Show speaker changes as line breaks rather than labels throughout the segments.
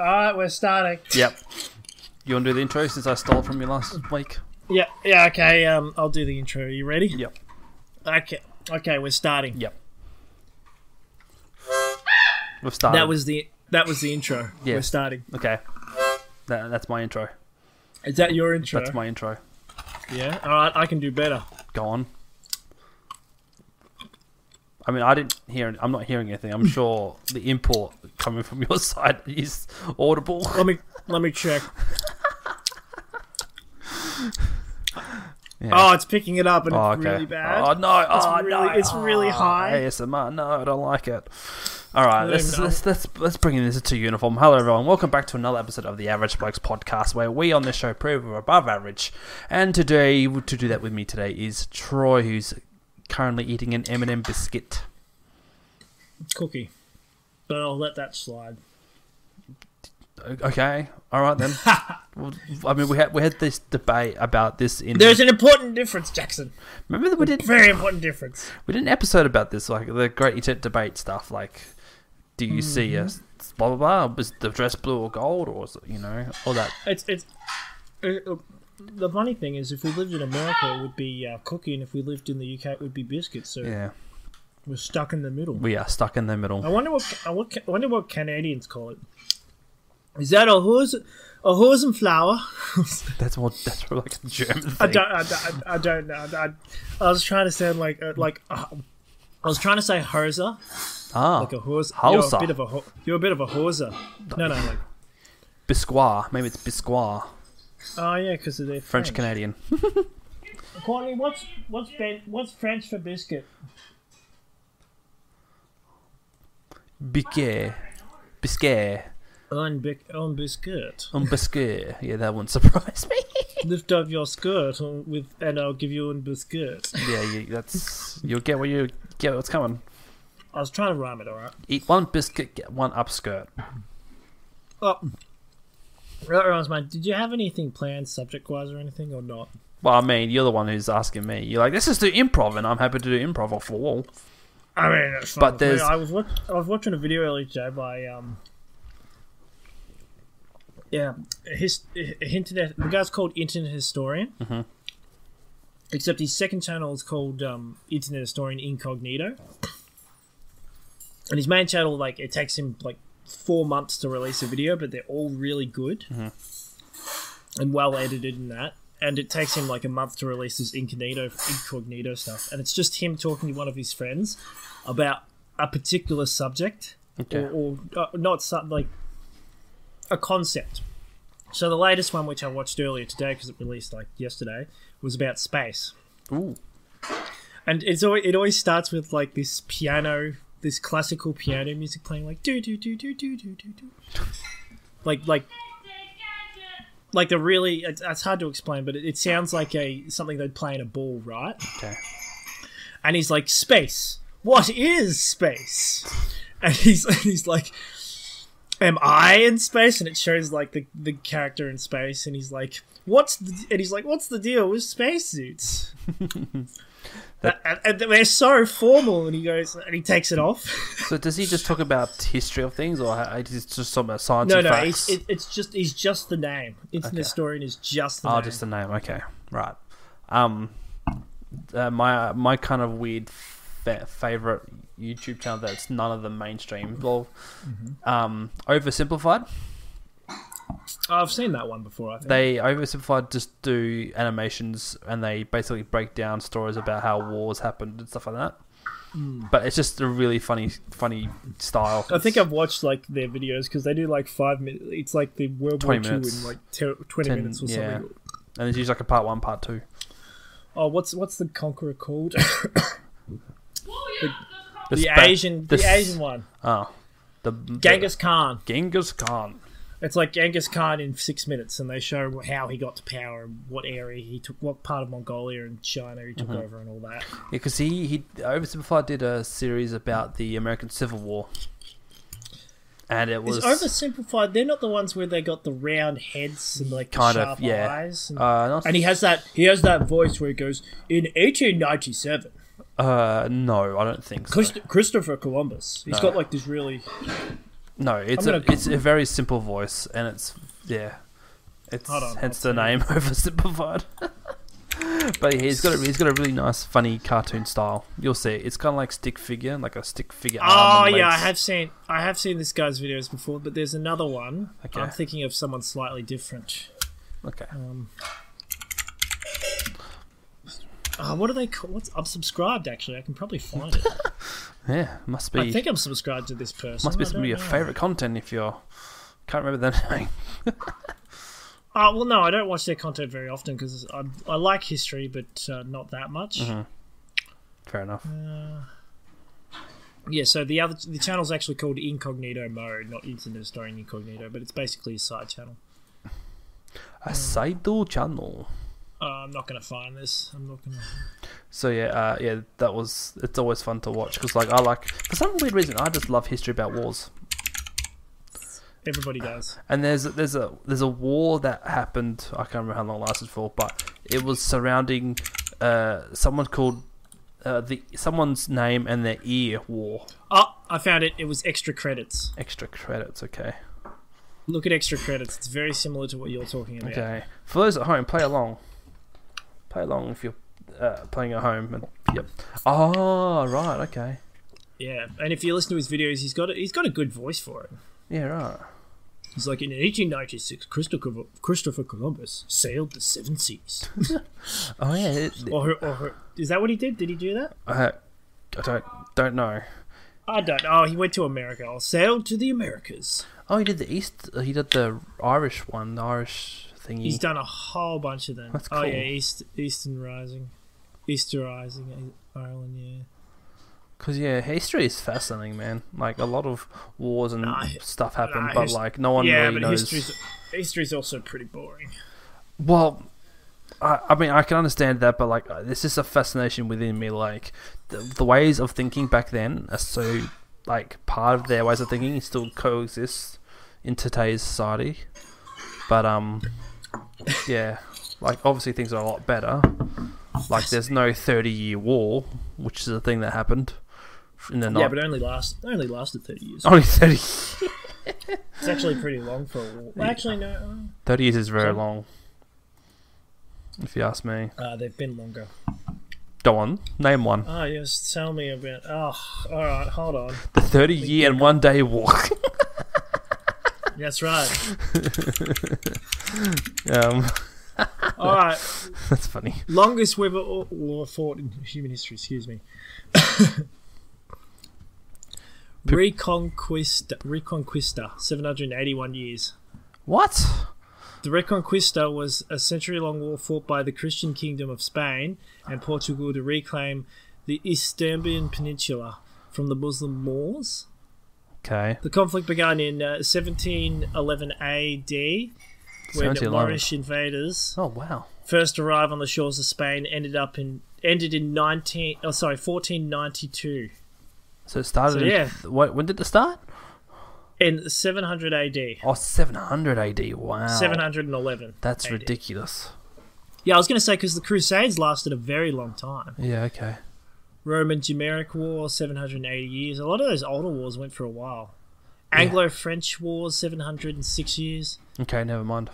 All right, we're starting.
Yep. You want to do the intro since I stole it from you last week?
Yeah, yeah, okay. Um, I'll do the intro. Are you ready?
Yep.
Okay, okay, we're starting.
Yep. We've started.
That was the that was the intro.
Yeah.
We're starting.
okay. That, that's my intro.
Is that your intro?
That's my intro.
yeah. All right, I can do better.
Go on. I mean, I didn't hear. I'm not hearing anything. I'm sure the import coming from your side is audible.
Let me let me check.
Yeah.
Oh, it's picking it up and
Oh,
it's really bad.
Oh no! oh
really-
no!
it's really
Oh,
high.
ASMR. No, I don't like it. All right,
No,
let's,
no.
let's let's let's bring this to uniform. Hello, everyone. Welcome back to another episode of the Average Blokes Podcast, where we on this show prove we're above average. And today, to do that with me today is Troy, who's currently eating an M&M biscuit.
Cookie, but I'll let that slide.
O- Okay, all right then. Well, I mean, we had we had this debate about this in.
There's an important difference, Jackson.
remember that we did
Very important difference.
we did an episode about this, like the great intent debate stuff. Like, do you see a s- blah blah blah? Was the dress blue or gold, or was it, you know all that?
It's it's. it- it- the funny thing is, if we lived in America, it would be uh, cookie, and if we lived in the UK, it would be biscuit. So
Yeah,
we're stuck in the middle.
we are stuck in the
I
middle.
wonder what I wo- I wonder what Canadians call it. Is that a hose a hosenflower?
That's more. That's more like a German
I
thing.
don't I, don't- I, I don't know. I, I was trying to sound like uh, like uh, I was trying to say hoser,
ah,
like a hose. You're
Hauser.
a bit of a ho- you're a bit of a hoser. No, no, like
biscuit. Maybe it's biscuit.
oh yeah, because they're French.
French Canadian.
Courtney, what's what's ben, what's French for biscuit?
Biquet. Biscuit.
On bic on biscuit.
Um, biscuit. Yeah, that wouldn't surprise me.
Lift up your skirt and with and I'll give you a biscuit.
yeah, you, that's you'll get what you get. What's coming?
I was trying to rhyme it, all right.
Eat one biscuit, get one upskirt.
Oh. That reminds me, did you have anything planned subject wise or anything or not?
Well, I mean, you're the one who's asking me. You're like, let's just do improv, and I'm happy to do improv off the wall.
I mean, it's fine
But
with me.
there's-
I was, watch- I was watching a video earlier today by. Um, yeah, his, a internet. The guy's called Internet Historian.
Mhm.
Except his second channel is called um, Internet Historian Incognito. And his main channel, like, it takes him, like, four months to release a video, but they're all really good
Mm-hmm.
and well edited in that. And it takes him like a month to release his incognito incognito stuff, and it's just him talking to one of his friends about a particular subject
Okay.
or, or uh, not some, like a concept. So the latest one, which I watched earlier today because it released like yesterday, was about space,
Ooh.
and it's always, it always starts with like this piano, this classical piano music playing like do do do do do do do do, like like like the really it's, it's hard to explain but it, it sounds like a something they'd play in a ball right
Okay.
and he's like space what is space and he's and he's like am i in space and it shows like the, the character in space and he's like what's the and he's like what's the deal with spacesuits
That-
and, and they're so formal and he goes and he takes it off
So does he just talk about history of things, or ha- is it just talking about science
no
and
no
facts?
it's, it, it's just he's just the name internet historian is just the
oh,
name
just the name. Okay, right. Um, uh, my my kind of weird fa- favorite YouTube channel that's none of the mainstream. Well,
Mm-hmm.
um, oversimplified.
i've seen that one before i think
They oversimplified just do animations and they basically break down stories about how wars happened and stuff like that. But it's just a really funny, funny style.
Mm. I think I've watched like their videos because they do like five minutes. It's like the World War
20
II
minutes.
in like ter- twenty
10,
minutes or
yeah.
something.
and it's usually like a part one, part two.
Oh, what's what's the conqueror called?
The,
the
spa-
Asian, the,
the s-
Asian one,
Oh, the
Genghis Khan.
the- Genghis Khan.
It's like Genghis Khan in six minutes, and they show how he got to power and what area he took, what part of Mongolia and China he
Mm-hmm.
took over, and all that.
Because he he oversimplified did a series about the American Civil War, and it was
It's oversimplified. They're not the ones where they got the round heads and like the
Kind of,
sharp
yeah.
eyes. And,
uh, not,
and he has that he has that voice where he goes in 1897.
uh no I don't think so.
Christ- Christopher Columbus. He's got like this really.
No, it's
I'm
a,
gonna-
it's a very simple voice, and it's yeah, it's
Hold on,
hence
I'll
the name oversimplified. but yeah, he's got a, he's got a really nice, funny cartoon style. You'll see, it. it's kind of like stick figure, like a stick figure.
Oh
arm and
yeah, I
legs.
have seen I have seen this guy's videos before, but there's another one.
Okay.
I'm thinking of someone slightly different.
Okay,
Um, uh, what are they called? What's, I'm subscribed actually. I can probably find it.
yeah, must
I
be
think I'm subscribed to this person.
must be
I
some of
don't
your
know.
favorite content if you're. Can't remember the name.
Uh, well, no, I don't watch their content very often because I, I like history, but uh, not that much.
Fair enough.
Mm.
Mm-hmm.
Yeah, so the other the channel's actually called Incognito Mode, not Internet Historian Incognito, but it's basically a side channel.
A Seidel channel.
Uh, I'm not going to find this. I'm not going to.
So yeah, uh, yeah, that was. It's always fun to watch because, like, I like for some weird reason I just love history about wars.
Everybody does.
And there's there's a there's a war that happened. I can't remember how long it lasted for, but it was surrounding uh, someone called uh, the someone's name and their ear war.
Oh, I found it. It was extra credits.
Extra credits, okay,
Look at extra credits. It's very similar to what you're talking about.
okay. For those at home, play along. Play along if you're uh, playing at home. And, yep. Oh right, okay.
Yeah, and if you listen to his videos, he's got a, he's got a good voice for it.
Yeah, right.
He's like in 1896, Christopher Christopher Columbus sailed the seven seas.
Oh yeah. It,
Or, her- or her, is that what he did? Did he do that?
uh, I don't don't know.
I don't know. Oh, He went to America. I'll sail to the Americas.
Oh, he did the East. He did the Irish one, the Irish thingy.
He's done a whole bunch of them.
That's
Oh
cool.
yeah, East Eastern Rising, Easter Rising, eh, Ireland. Yeah.
Cause yeah, history is fascinating, man. Like a lot of wars and
Nah,
stuff happen,
nah,
but
his-
like no one
yeah,
really
but
knows.
history's history's also pretty boring.
Well, I, I mean, I can understand that, but like, uh, there's just a fascination within me. Like the, the ways of thinking back then are so like part of their ways of thinking still coexist in today's society. But um, yeah, like obviously things are a lot better. Like there's no thirty year war, which is a thing that happened in the
Yeah,
night.
but it only last only lasted thirty years.
Only thirty
It's actually pretty long for a war. Well, actually, no. uh,
30 years is very
So-
long. If you ask me.
Uh, they've been longer.
Go on, name one.
Oh, yes, tell me about. Oh, all right, hold on.
The 30 year and one day walk.
That's right.
um,
All right,
that's funny.
longest weather or war fought in human history. Excuse me. Reconquista, Reconquista, seven hundred and eighty-one years.
What?
The Reconquista was a century-long war fought by the Christian Kingdom of Spain and Portugal to reclaim the Istanbul Peninsula from the Muslim Moors.
Okay.
The conflict began in uh, 1711 AD when
1711.
Moorish invaders
Oh, wow.
first arrived on the shores of Spain. Ended up in ended in 19 oh sorry 1492
So it started.
So,
in-
yeah.
what, when did it start?
in 700 AD.
Oh, 700 AD. Wow.
711.
That's
AD.
ridiculous.
Yeah, I was going to say because the Crusades lasted a very long time.
Yeah, okay.
Roman Gemeric War, 780 years. A lot of those older wars went for a while. Anglo French Wars, 706 years.
Okay, never mind.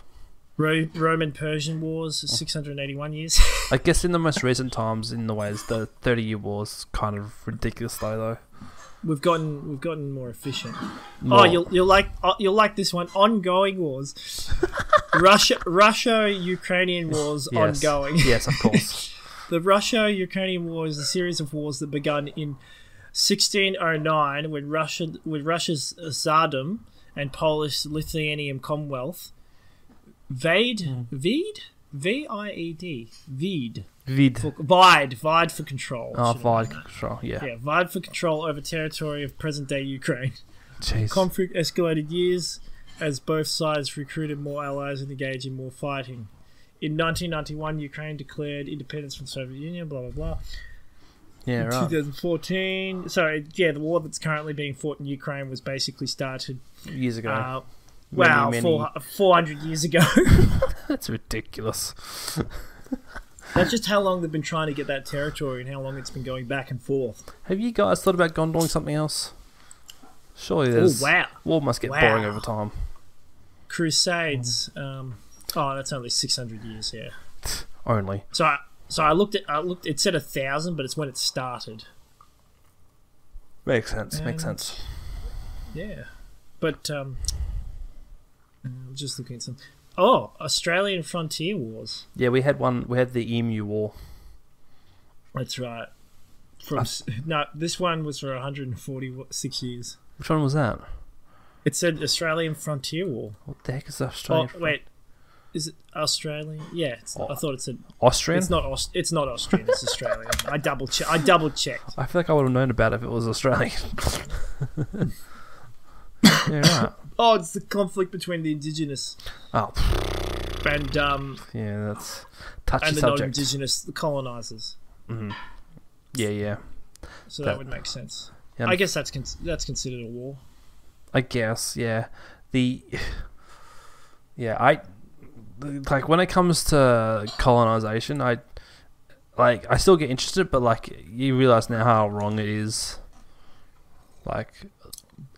Ro- Roman Persian Wars, 681 years.
I guess in the most recent times, in the ways, the 30 year war's kind of ridiculous, though, though.
We've gotten we've gotten more efficient. Oh,
More-
you'll you'll like oh, you'll like this one. Ongoing wars, Russia Russia-Ukrainian wars
Yes.
ongoing.
Yes, of course.
The Russia-Ukrainian war is a series of wars that began in 1609 when Russia with Russia's Tsardom and Polish Lithuanian Commonwealth.
Hmm.
Vade, Vede, V I E D, Vede,
Vid.
for, Vide, Vide for control.
Oh,
should I-
Vide control. Yeah.
Yeah, Vide for control over territory of present-day Ukraine.
Jeez.
Conflict escalated years as both sides recruited more allies and engaged in more fighting. In 1991, Ukraine declared independence from the Soviet Union, blah, blah, blah.
yeah, right.
2014. Sorry, yeah, the war that's currently being fought in Ukraine was basically started,
Years ago.
uh,
Many,
wow,
many-
four- 400 years ago.
That's ridiculous.
that's just how long they've been trying to get that territory and how long it's been going back and forth.
Have you guys thought about going doing something else? Surely there's.
Oh, wow.
War must get
Wow.
boring over time.
Crusades. Um, oh, that's only six hundred years. Yeah.
Only.
So I so I looked at I looked. It said a thousand, but it's when it started.
Makes sense. Makes
And-
sense.
Yeah. But um, I'm just looking at some. Oh, Australian Frontier Wars.
Yeah, we had one. We had the Emu War.
That's right. From
Ah.
s no, this one was for 146 years.
Which one was that?
It said Australian Frontier War.
What the heck is the
Oh
Australian?
wait, is it Australian? Yeah, it's, I
Oh,
thought it said
Austrian?
it's not. Aus- it's not Austrian. It's Australian. I double che- I double checked.
I feel like I would have known about it if it was Australian. yeah, right.
Oh, it's the conflict between the indigenous
Oh,
and um
yeah, that's touchy
and the
subject. Mm-hmm.
non-indigenous colonizers.
Yeah, yeah,
So that,
That-
would make sense.
Yeah,
I guess that's con- that's considered a war.
I guess. Yeah, the yeah, I like when it comes to colonization. I like I still get interested, but like you realize now how wrong it is. Like,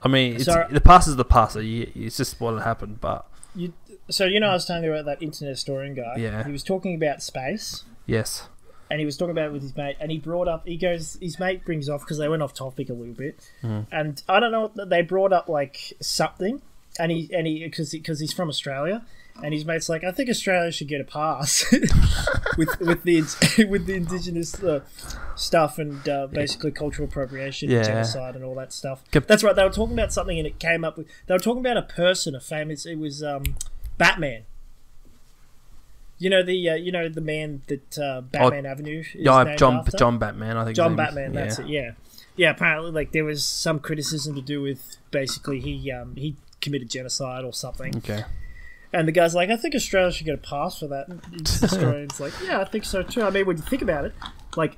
I mean, it's,
So-
the past is the past. So you, it's just what happened, but
You, so you know, I was telling you about that internet historian guy.
Yeah.
He was talking about space.
yes,
and he was talking about it with his mate, and he brought up he goes his mate brings off because they went off topic a little bit,
Mm-hmm.
and I don't know what- they brought up like something, and he and he because because he's from Australia, and his mate's like I think Australia should get a pass with with the in- with the indigenous uh, stuff and uh, basically cultural appropriation,
Yeah.
genocide, and all that stuff.
Cap-
That's right. They were talking about something, and it came up with they were talking about a person, a famous. It was um, Batman. You know the uh, you know the man that uh, Batman Avenue is
Oh, yeah,
named
John
after?
John Batman. I think his
John
name is.
Batman.
Yeah.
That's it. Yeah, yeah. Apparently, like there was some criticism to do with basically he um, he committed genocide or something,
Okay.
and the guy's like, I think Australia should get a pass for that. And the historian's like, Yeah, I think so too. I mean, when you think about it, like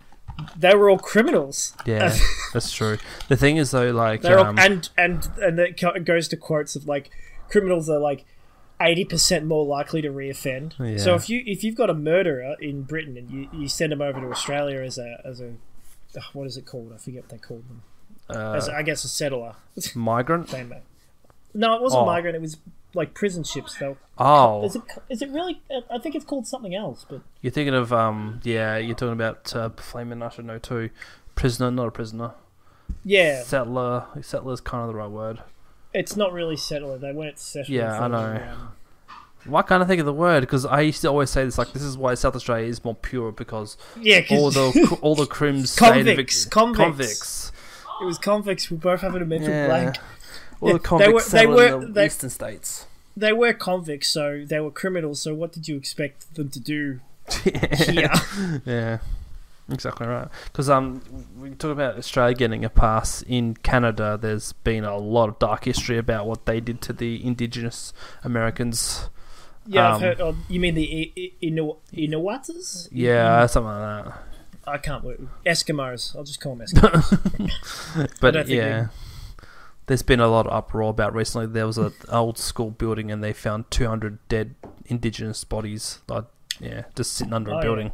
they were all criminals.
Yeah, that's true. The thing is, though, like,
They're
um,
all, and and and it co- it goes to quotes of like criminals are like eighty percent more likely to reoffend. So
Yeah.
if you if you've got a murderer in Britain and you, you send them over to Australia as a as a ugh, what is it called? I forget what they called them. As
uh,
I guess a settler.
migrant.
They ma- No, it wasn't
Oh.
migrant. It was like prison ships. Though
Oh,
is it is it really? I think it's called something else. But
you're thinking of um, yeah, you're talking about uh, Flamin' I should know too. Prisoner, not a prisoner.
yeah,
Settler, settler's kind of the right word.
it's not really settler. They weren't settlers.
Yeah, I
They were,
know.
um,
Why can't I think of the word? Because I used to always say this, like, this is why South Australia is more pure because
Yeah, 'cause
all the all the crims stayed evic-
Convicts, convicts.
convicts.
it was convicts. We both having a mental
Yeah.
blank.
All
Yeah, they were-
the convicts
they
settled
were-
in the
they-
eastern states.
they were convicts, so they were criminals. So what did you expect them to do here?
Yeah, exactly right. Because um, we talk about Australia getting a pass in Canada. There's been a lot of dark history about what they did to the Indigenous Americans.
yeah,
Um,
I've heard. Oh, you mean the I- I- Inu- Inuitas? Mm-hmm.
Yeah, something like that.
I can't work. Eskimos. I'll just call them Eskimos. don't
But
think
yeah, there's been a lot of uproar about recently. There was an old school building and they found 200 dead Indigenous bodies. Like, yeah, just sitting under
Oh,
a
yeah.
building.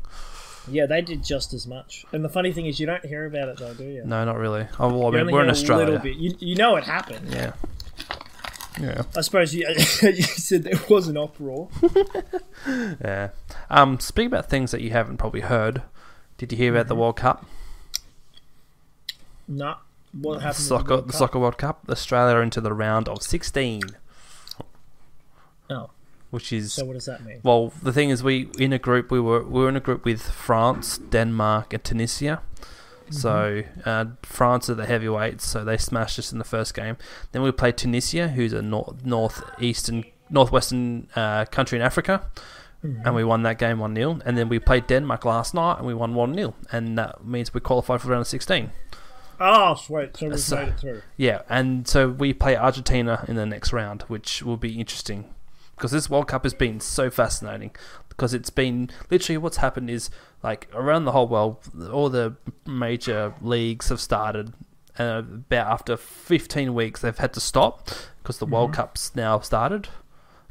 yeah, they did just as much. And the funny thing is, you don't hear about it though, do you?
No, not really. Oh, well, I
You
mean,
only
we're in
hear A little
Australia.
bit. You, you know it happened.
Yeah. Yeah.
I suppose you, you said there was an uproar.
Yeah. Um, speaking about things that you haven't probably heard, did you hear about the
Mm-hmm.
World Cup?
No. What happened? with
soccer,
World
the
Cup?
soccer World Cup. Australia are into the round of 16,
Oh,
which is
so what does that mean?
well. The thing is, we in a group. We were we were in a group with France, Denmark, and Tunisia. So uh, France are the heavyweights, so they smashed us in the first game. Then we played Tunisia, who's a north northeastern northwestern uh, country in Africa, and we won that game one 0 And then we played Denmark last night, and we won one 0 and that means we qualified for the round of sixteen.
Oh, sweet. So we
So-
made it through.
Yeah, and so we play Argentina in the next round, which will be interesting because this World Cup has been so fascinating. Because it's been literally what's happened is like around the whole world, all the major leagues have started. And about after 15 weeks, they've had to stop because the World Cup's now started.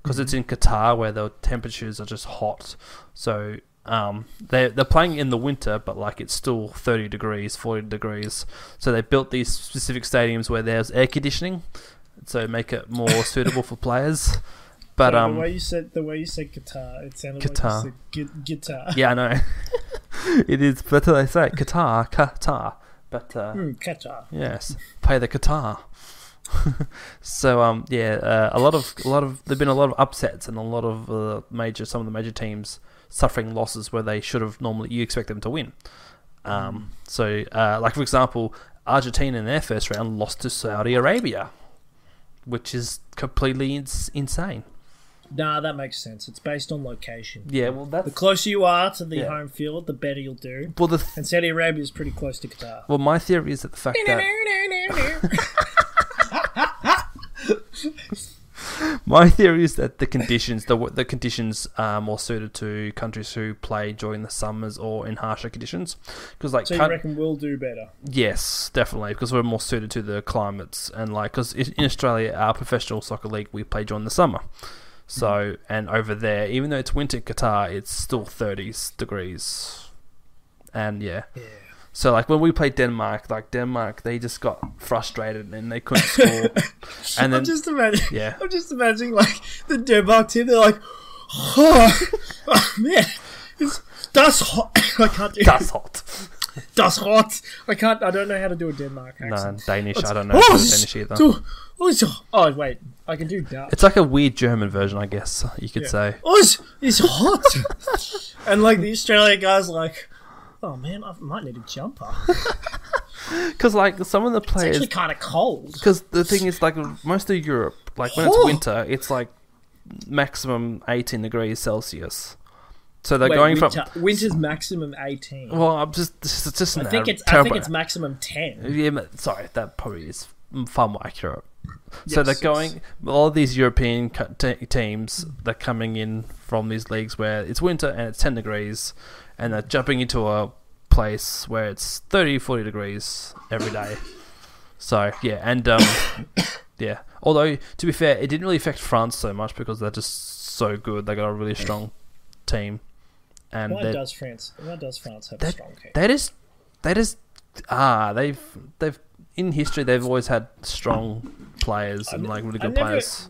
Because it's in Qatar where the temperatures are just hot. So Um, they they're playing in the winter, but like it's still thirty degrees, forty degrees. So they built these specific stadiums where there's air conditioning, so make it more suitable for players. But
Well,
um,
the way you said the way you said guitar, it sounded
Qatar.
like you said gu- guitar.
yeah, I know it is. That's how they say it. Qatar, Qatar. But uh,
Hmm, guitar.
Yes, play the guitar. so um, yeah, uh, a lot of a lot of there've been a lot of upsets and a lot of uh, major some of the major teams suffering losses where they should have normally you expect them to win. Um, so uh, like for example, Argentina in their first round lost to Saudi Arabia, which is completely ins- insane.
Nah, that makes sense. It's based on location.
Yeah, well
The
that's
closer you are to the
Yeah.
home field, the better you'll do.
well the th-
And Saudi Arabia is pretty close to Qatar.
well my theory is that the fact that My theory is that the conditions, the the conditions are more suited to countries who play during the summers or in harsher conditions, because like
so you
coun-
reckon we'll do better?
yes, definitely, because we're more suited to the climates and like because in Australia our professional soccer league we play during the summer, so
Mm-hmm.
and over there even though it's winter in Qatar it's still thirties degrees, and yeah,
Yeah.
so like when we played Denmark, like Denmark they just got frustrated and they couldn't score, and then
I'm just imagining.
yeah.
I'm just imagining like the Denmark team. They're like, oh, oh, man, it's, that's hot. I can't do
That's hot.
That's hot. I can't. I don't know how to do a Denmark
No,
accent.
Danish. I don't know
Oh,
if it's
it's-
Danish either.
So- oh, it's- oh, wait, I can do Dutch.
It's like a weird German version, I guess you could say.
Oh, it's, it's hot. and like the Australian guys, like, oh man, I might need a jumper.
Because like some of the
It's
players,
actually kind of cold.
because the thing is like most of Europe, like when it's
Oh.
winter, it's like maximum eighteen degrees Celsius. So they're
Wait,
going
winter,
from
winter's maximum eighteen.
well, I'm just it's just,
I
an
think
a
it's. I
terrible.
think it's maximum ten.
yeah, ma- sorry, that probably is far more accurate. so
Yes,
they're
yes.
going. All of these European co- te- teams, they're coming in from these leagues where it's winter and it's ten degrees, and they're jumping into a place where it's 30, 40 degrees every day. So yeah, and um, yeah. Although to be fair, it didn't really affect France so much because they're just so good. They got a really strong team, and
Why
they're-
does France? Why does France have a
that-
strong team?
that is that is ah they've they've in history they've always had strong players and like really
I
good
never-
players.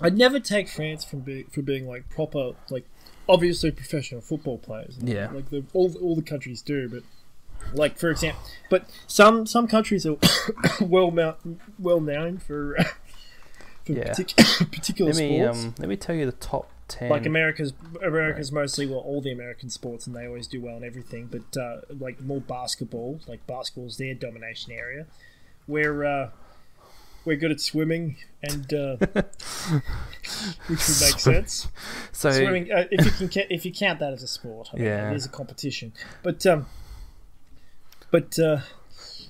I'd never take France from be- for being like proper, like obviously professional football players.
Yeah.
like the, all all the countries do, but like for example, but some some countries are well mou- well known for uh, for
Yeah.
partic- particular
Let me
sports.
um let me tell you the top ten.
like America's, America's mostly well, all the American sports, and they always do well in everything. But uh, like more basketball, like basketball's their domination area. We're uh, we're good at swimming, and uh, which would make
Swim-
sense.
so
Swimming, uh, if you can, ca- if you count that as a sport, I mean,
Yeah.
it is a competition. But um, but uh,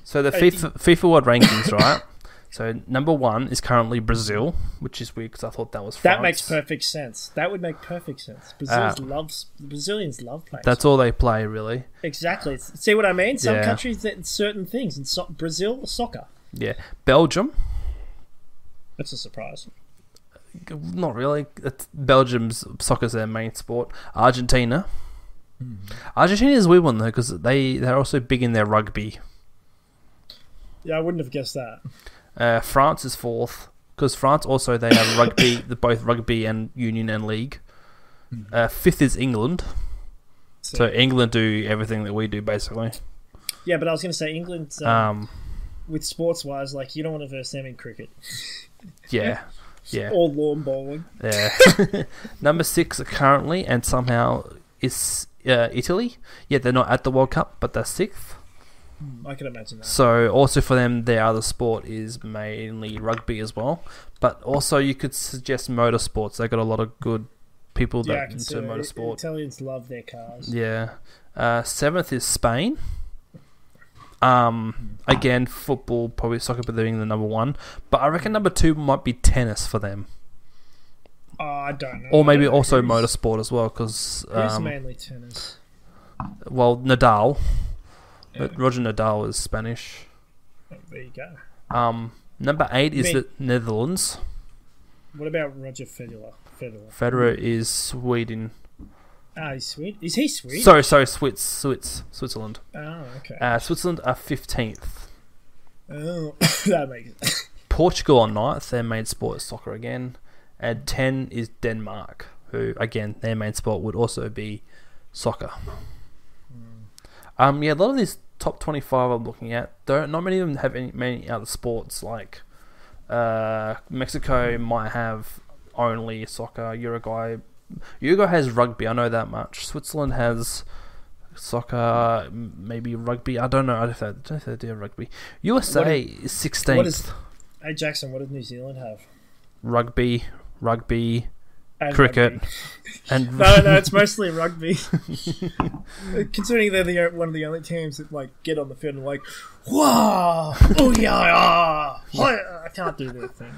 so the
I-
FIFA FIFA World Rankings right. So number one is currently Brazil, which is weird because I thought that was France.
that makes perfect sense. That would make perfect sense. Brazil's loves Brazilians love playing.
Ah. That's all they play really.
Exactly. It's- See what I mean? Some
Yeah.
countries that certain things, and so- Brazil soccer.
Yeah, Belgium.
That's a surprise.
Not really. It's Belgium's soccer's their main sport. Argentina.
Hmm.
Argentina's a weird one though because they they're also big in their rugby.
Yeah, I wouldn't have guessed that.
Uh, France is fourth because France also they have rugby, the, both rugby and union and league. Uh, fifth is England, so England do everything that we do basically.
yeah, but I was going to say England uh,
Um,
with sports wise, like you don't want to verse them in cricket
yeah, yeah,
or lawn bowling.
yeah. Number six currently, and somehow is uh, Italy. Yeah, they're not at the World Cup, but they're sixth.
I can imagine that.
So also for them, their other sport is mainly rugby as well. But also you could suggest motorsports. They got a lot of good people that
yeah, I can see
into
that.
motorsport.
Italians love their cars.
Yeah. Uh, seventh is Spain. Um, again, football, probably soccer, but they're in the number one. But I reckon number two might be tennis for them,
Oh, I don't know.
or maybe
Who's-
also motorsport as well. Because
Who's
um,
mainly tennis?
well, Nadal,
Yeah.
Roger Nadal is Spanish.
Oh, there you go.
Um, number eight is
Me.
the Netherlands.
What about Roger Federer? Federer.
Federer is Sweden.
Ah, he's sweet. Is he sweet?
Sorry, sorry, Swiss, Swiss, Switzerland.
oh, okay.
Uh, Switzerland are 15th.
oh, that makes
Portugal are ninth. Their main sport is soccer again. And 10 is Denmark, who, again, their main sport would also be soccer.
Hmm.
Um, yeah, a lot of these top 25 I'm looking at, don't, not many of them have any, many other sports. Like uh, Mexico might have only soccer. Uruguay, Uruguay has rugby. I know that much. Switzerland has soccer, m- maybe rugby. I don't know. I don't know if they do have rugby. USA is 16th
what is- Hey, Jackson, what does New Zealand have?
rugby, rugby,
And
cricket,
rugby.
and
No, no, it's mostly rugby. Uh, Considering they're the, one of the only teams that like get on the field and like, wow, oh yeah, yeah, hi- I can't do that thing.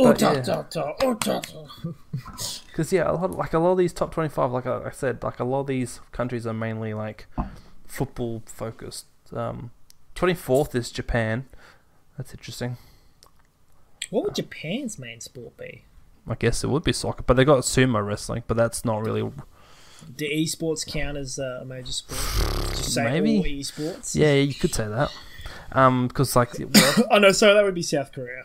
Oh,
But,
da,
yeah.
da, da, oh, da, da.
because yeah, a lot like a lot of these top twenty five, like I, I said, like a lot of these countries are mainly like football focused. Um, twenty fourth is Japan. That's interesting.
What would Japan's main sport be?
I guess it would be soccer, but they got sumo wrestling, but that's not really.
Do esports count as uh, a major sport? Just say
Maybe.
all esports.
Yeah, you could say that. Um, because like, well,
Oh no, sorry, that would be South Korea.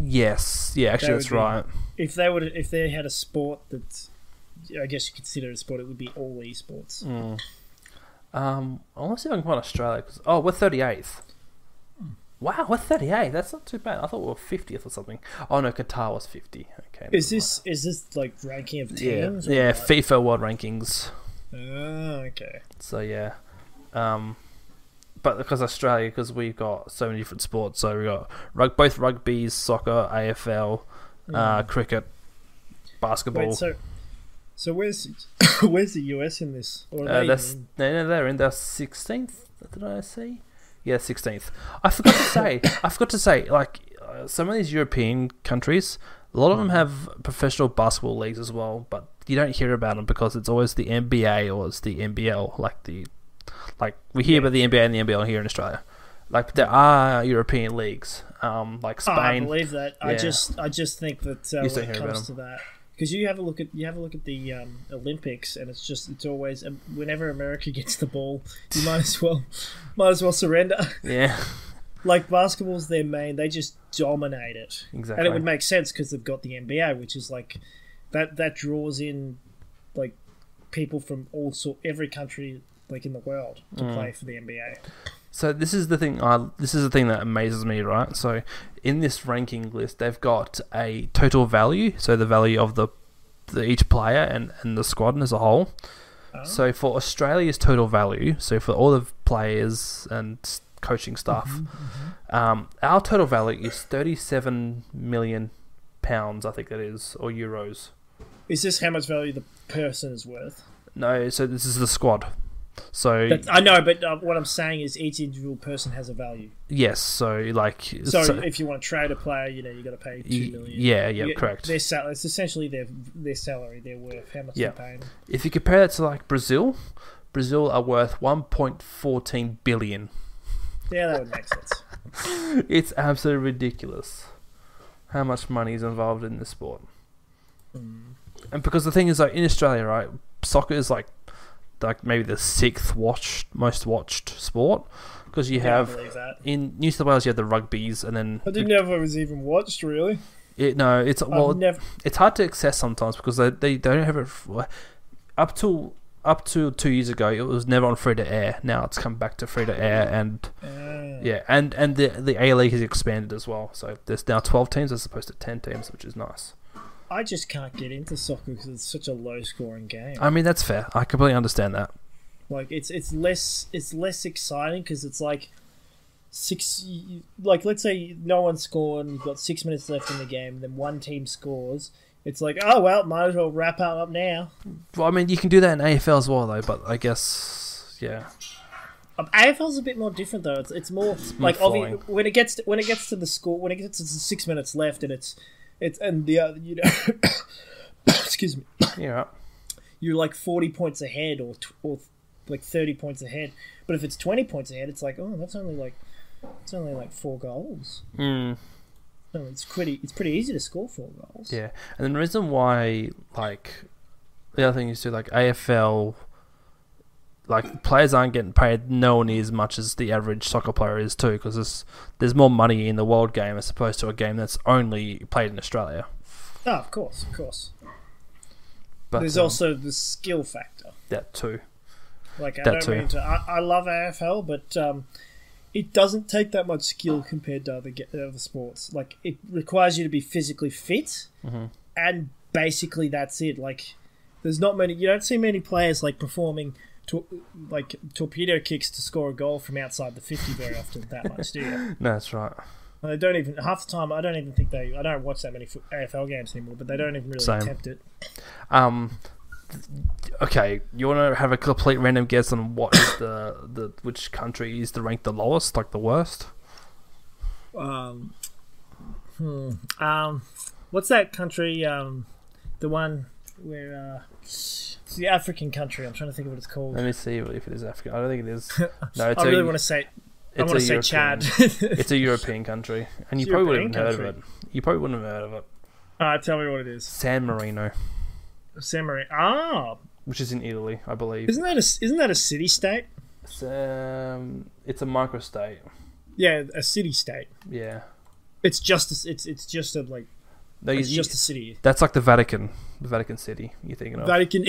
yes, yeah, actually,
That
that's
would be-
right.
If they would, if they had a sport that, I guess you consider it a sport, it would be all esports.
Mm. Um, I want to see if I can find Australia. 'cause- oh, we're 38th.
Hmm.
Wow, we're 38. That's not too bad. I thought we were 50th or something. Oh, no, Qatar was 50. Okay.
Is
never
this is this like ranking of
mind.
teams?
Yeah, yeah FIFA World Rankings.
Oh, okay.
So, yeah. Um, but because Australia, because we've got so many different sports. So, we've got rug- both rugby's, soccer, AFL, uh, cricket, basketball.
Wait, so so where's where's the US in this? Or are
Uh,
they
that's
even-
no, no, they're in their sixteenth. Did I see? Yeah, sixteenth. I forgot to say. I forgot to say. Like uh, some of these European countries, a lot of
Hmm.
them have professional basketball leagues as well, but you don't hear about them because it's always the NBA or it's the NBL. Like the, like we hear about the NBA and the NBL here in Australia. Like there are European leagues, um, like
Oh, I
Spain.
believe that. I
yeah.
just I just think that uh,
You still
when it
hear about
comes to that. Because you have a look at you have a look at the um, Olympics, and it's just it's always um, whenever America gets the ball, you might as well might as well surrender.
yeah,
like basketball's their main; they just dominate it,
exactly.
and it would make sense because they've got the NBA, which is like that that draws in like people from all sort every country like in the world to
Mm.
play for the NBA.
So this is the thing. I this is the thing that amazes me, right? So in this ranking list, they've got a total value, so the value of the, the each player and and the squad as a whole.
Oh.
So for Australia's total value, so for all the players and s- coaching staff,
Mm-hmm,
um, our total value is thirty-seven million pounds, I think that is, or euros.
Is this how much value the person is worth?
No, so this is the squad. So
That, I know, but uh, what I'm saying is each individual person has a value.
yes, so like
So,
so-
if you want to trade a player, you know you got to pay
y-
two million.
yeah, yeah,
You-
correct.
Their salary, it's essentially their their salary, their worth, how much
Yeah.
they're paying.
If you compare that to like Brazil, Brazil are worth 1.14 billion.
Yeah, that would make sense.
It's absolutely ridiculous how much money is involved in this sport.
Hmm.
And because the thing is, like in Australia, right, soccer is like like maybe the sixth watched most watched sport because you
Yeah, I
have
believe that.
in New South Wales you have the rugby's and then
I didn't know if it was even watched really.
it, no it's well
I've never.
it's hard to access sometimes because they, they don't have it f- up till up to two years ago it was never on free to air now it's come back to free to air and
Ah.
yeah and and the the a league has expanded as well so there's now 12 teams as opposed to 10 teams which is nice
I just can't get into soccer because it's such a low scoring game.
i mean that's fair i completely understand that
like it's it's less it's less exciting because it's like six you- like let's say no one scored and you've got six minutes left in the game then one team scores it's like oh well might as well wrap up up now
well i mean you can do that in afl as well though but i guess yeah
um, AFL's a bit more different though it's, it's more
more
like obvi-
flowing.
when it gets to, when it gets to the score when it gets to the six minutes left and it's it's and the other you know excuse me
you're right
you're like 40 points ahead or, t- or like 30 points ahead but if it's 20 points ahead it's like oh that's only like it's only like four goals
mm,
No, it's pretty. It's pretty easy to score four goals.
yeah and the reason why like the other thing is too, like AFL, like players aren't getting paid nowhere near as much as the average soccer player is too, because there's there's more money in the world game as opposed to a game that's only played in Australia.
Oh, of course, of course.
But
There's
um,
also the skill factor.
that too.
Like I
That
don't
too.
mean to. I, I love AFL, but um, it doesn't take that much skill compared to other ge- other sports. Like it requires you to be physically fit,
Mm-hmm.
and basically that's it. Like there's not many. You don't see many players like performing. To, like torpedo kicks to score a goal from outside the 50 very often that much do you
No, that's right.
And they don't even half the time i don't even think they i don't watch that many fo- afl games anymore but they don't even really
Same.
attempt it
Um, okay, you want to have a complete random guess on what is the the which country is the ranked the lowest, like the worst?
um, hmm, um, what's that country? Um, the one where uh, it's the African country. I'm trying to think of what it's called.
Let me see if it is Africa. I don't think it is. No, Uh, it's
I really
a,
want to say. I want
it's
to
a
say
European-
Chad.
it's a European country, and you
It's a
probably wouldn't have
European
heard of it. You probably wouldn't have heard of it.
uh, tell me what it is.
San Marino,
San Marino. Ah,
which is in Italy, I believe.
isn't that a isn't that a city state?
It's, um, it's a microstate.
Yeah, a city state.
Yeah,
It's just a, s- it's it's just a like
no, you,
it's just a
you-
city.
that's like the Vatican, the Vatican City. You're thinking of?
Vatican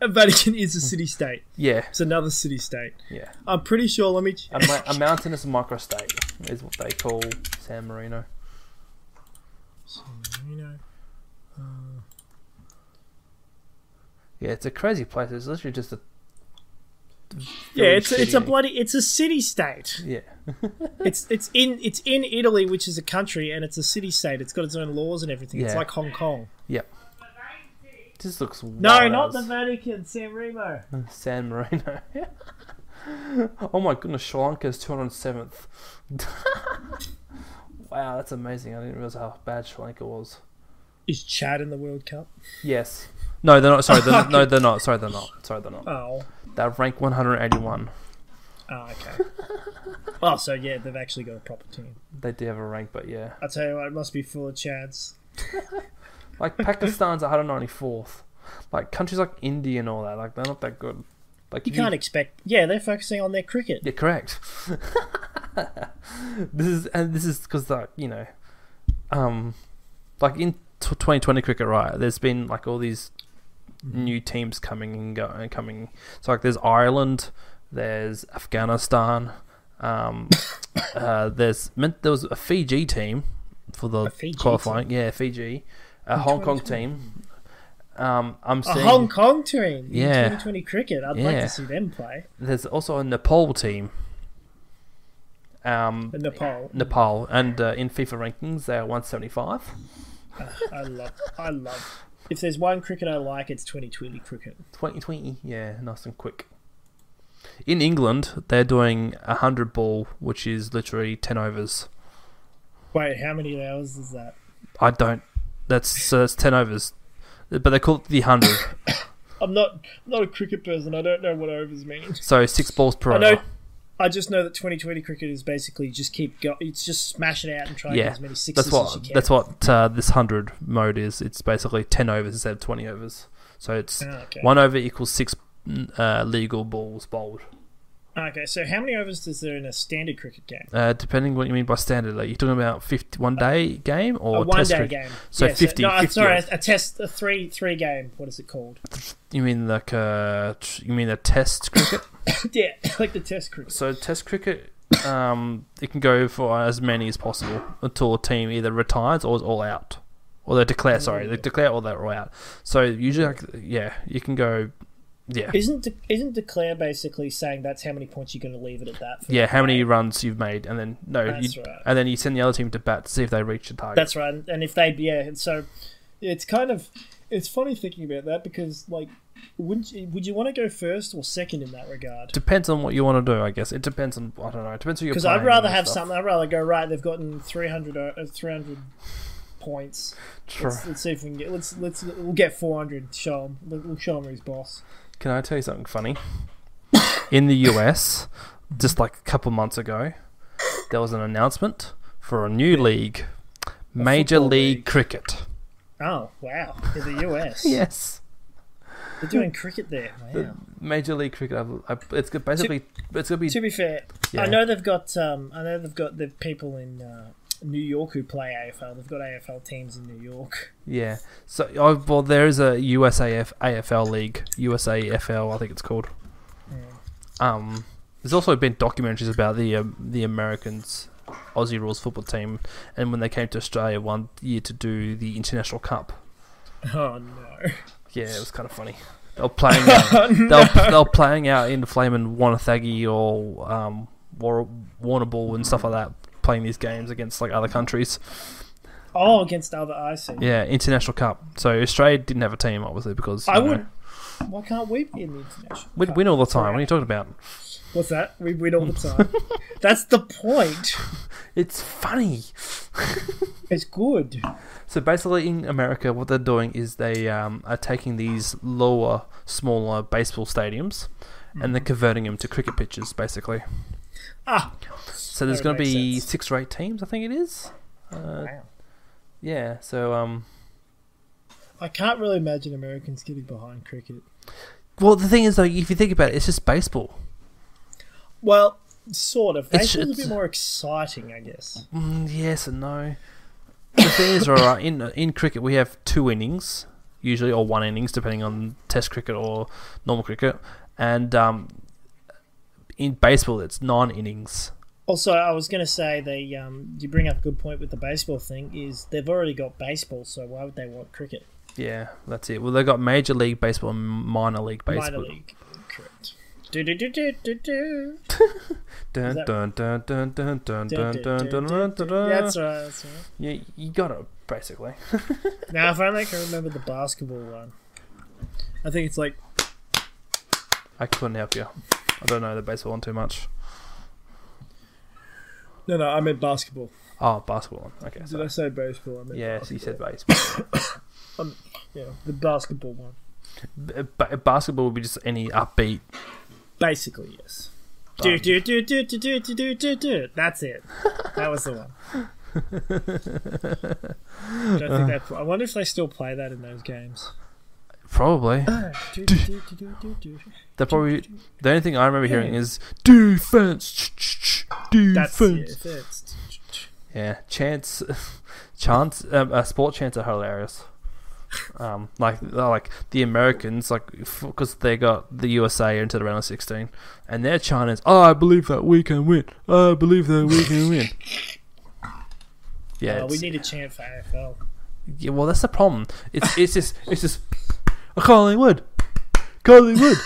Vatican is a city state.
yeah,
It's another city state.
yeah.
I'm pretty sure. Let me. ch-
A, mi- a mountainous microstate is what they call San Marino.
You know,
Yeah, it's a crazy place. It's literally just a
yeah,
Very
it's a, it's a
shitty.
bloody it's a city state.
yeah.
it's it's in it's in Italy, which is a country, and it's a city state. It's got its own laws and everything. It's
Yeah.
like Hong Kong.
Just looks
No,
wild
not the
as
Vatican, San Remo.
San Marino. oh my goodness, Sri Lanka is two hundred seventh. wow, that's amazing. I didn't realize how bad Sri Lanka was.
Is Chad in the World Cup?
Yes. No, they're not. Sorry, they're, no, they're not. Sorry, they're not. Sorry, they're not.
Oh,
They're ranked one hundred eighty-one.
oh okay. oh, so yeah, they've actually got a proper team.
They do have a rank, but yeah,
I tell you what, it must be full of Chads.
like Pakistan's one hundred ninety-fourth. Like countries like India and all that, like they're not that good. Like
You
if
can't expect. Yeah, they're focusing on their cricket.
Yeah, correct. this is and this is because like you know, um, like in t- twenty twenty cricket, right? There's been like all these new teams coming and go and coming. So like, there's Ireland, there's Afghanistan, um, uh, there's meant there was a Fiji team for the
A Fiji
qualifying. Yeah, Fiji, a Hong Kong team. Um, I'm
A
seeing
Hong Kong team. in
Yeah.
2020 cricket. I'd like
Yeah.
to see them play.
there's also a Nepal team. Um,
The Nepal.
Nepal, and uh, in FIFA rankings they are 175.
Ah, I love. I love. If there's one cricket I like, it's 2020 cricket.
2020, yeah, nice and quick. In England, they're doing 100 ball, which is literally 10 overs.
Wait, how many hours is that?
I don't. That's so that's 10 overs, but they call it the 100.
I'm not I'm not a cricket person. I don't know what overs mean.
so six balls per
I know.
over.
I just know that 2020 cricket is basically just keep go. It's just smash it out and try and get
Yeah,
as many sixes
that's
as you
what
can.
that's what uh, this 100 mode is. It's basically 10 overs instead of 20 overs. So it's
Ah, okay.
one over equals six mm, uh, legal balls bowled.
Ah, okay, so how many overs is there in a standard cricket game?
Uh, depending what you mean by standard, like you're talking about 50, one day game or
a Uh, one
test
day
cricket?
game.
So
Yeah,
50
no, I'm
50
sorry,
overs.
a, a test, a three three game. What is it called?
You mean like uh, tr- you mean a test cricket?
yeah, like the test cricket.
so test cricket, um, it can go for as many as possible until a team either retires or is all out, or they declare. Sorry, they declare all that all out. So usually, like, yeah, you can go, yeah,
Isn't de- isn't declare basically saying that's how many points you're going to leave it at that? for
yeah.
the
How many
game?
runs you've made, and then no,
That's
you,
right.
and then you send the other team to bat to see if they reach the target.
That's right. And if they, yeah, and so it's kind of it's funny thinking about that because like, would you, would you want to go first or second in that regard?
Depends on what you want to do, I guess. It depends on I don't know. It depends who you're.
Because
playing
I'd rather
and
have
stuff.
something. I'd rather go right. They've gotten 300, o- uh, 300 points.
True.
Let's, let's see if we can get. Let's let's we'll get four hundred. Show him. We'll show him who's boss.
Can I tell you something funny? In the US, just like a couple months ago, there was an announcement for a new league, Major
football
League
league.
Cricket.
Oh wow! In the US.
Yes.
They're doing cricket there. Wow.
Major League Cricket. I, I, it's go- basically it's gonna be
To be fair,
Yeah.
I know they've got um, I know they've got the people in uh, New York who play AFL. They've got AFL teams in New York.
yeah. So oh, well, there is a USAF AFL league, USAFL, I think it's called.
Yeah.
Um, there's also been documentaries about the um, the Americans, Aussie rules football team, and when they came to Australia one year to do the International Cup.
Oh no!
Yeah, it was kind of funny. They were playing. Out, they, were, they were playing out in Flamin' Wanathagi or um, War- Warrnambool and stuff like that, playing these games against like other countries.
Oh, against other IC.
Yeah, International Cup. So Australia didn't have a team, obviously, because
I
you know,
would. Why can't we be in the international?
we'd
Cup?
win all the time. What are you talking about?
What's that? We win all the time. That's the point.
It's funny.
It's good.
So basically, in America, what they're doing is they um, are taking these lower, smaller baseball stadiums, and they're converting them to cricket pitches, basically.
Ah,
So there's
That
going to
makes
be
sense.
six or eight teams, I think it is. Uh,
wow.
yeah. So um,
I can't really imagine Americans getting behind cricket.
well, the thing is though, if you think about it, it's just baseball.
Well, sort of.
It's-
Baseball's a
it's-
bit more exciting, I guess.
Mm, yes and no. The thing is, alright, in in cricket we have two innings usually, or one innings depending on Test cricket or normal cricket, and um, in baseball it's nine innings.
Also, I was going to say they. Um, you bring up a good point with the baseball thing. Is they've already got baseball, so why would they want cricket?
Yeah, that's it. Well, they got Major League Baseball and minor league baseball.
Minor league, correct. Do do do do do do.
Dun,
Is that-
dun, dun, dun, dun, dun,
Yeah,
dun, dun, dun, dun, dun, dun.
that's right. That's right.
Yeah, you got it basically.
Now, if only I can remember the basketball one. I think it's like
I couldn't help you. I don't know the baseball one too much.
no, no. I meant basketball.
Oh, basketball one. Okay,
Did I
so
say baseball? I meant
yes,
basketball.
you said baseball.
yeah, the basketball one.
B- uh, ba- basketball would be just any upbeat.
Basically, yes. Do
Um,
do do do do do do do do do. That's it. That was the one. I, don't think they pl- I wonder if they still play that in those games.
Probably.
Do, do, do, do, do, do.
They probably. The only thing I remember hearing is defense, ch- ch- ch-
That's it.
defense.
That's,
Yeah, chance, chance, um, uh, sport chants are hilarious. Um, like they're like the Americans, like because they got the USA into the round of sixteen, and their chant is "I believe that we can win. I believe that we can win." Yeah,
uh, we
it's-
need a chant for AFL.
Yeah, well, that's the problem. It's it's just it's just Collingwood, Collingwood,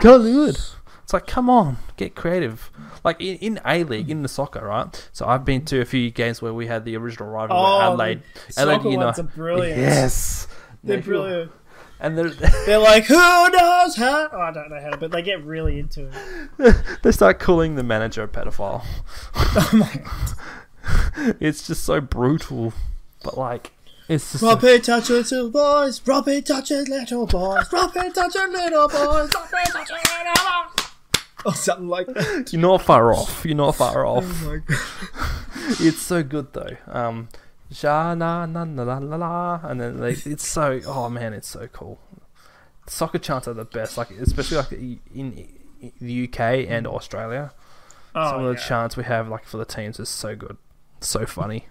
Collingwood. It's like, come on, get creative. Like in, in A League, in the soccer, right? So I've been to a few games where we had the original rival
Oh,
where Adelaide.
the
Adelaide
soccer
United-
ones are brilliant.
Yes,
They're
No,
brilliant.
And they're,
They're like, who knows how? Oh, I don't know how, but they get really into it.
they start calling the manager a pedophile.
Oh my
It's just so brutal, but like, it's just
Robbie touching little boys, Robbie touching little boys, Robbie touching little boys, Robbie touching little boys. Or Oh, something like that.
you're not far off. You're not far off.
my god.
it's so good though. Um, ja na na na la la la, and then like it's so oh man, it's so cool. Soccer chants are the best, like especially like in, in the UK and Australia.
Oh,
Some of the
yeah.
chants we have like for the teams is so good, so funny.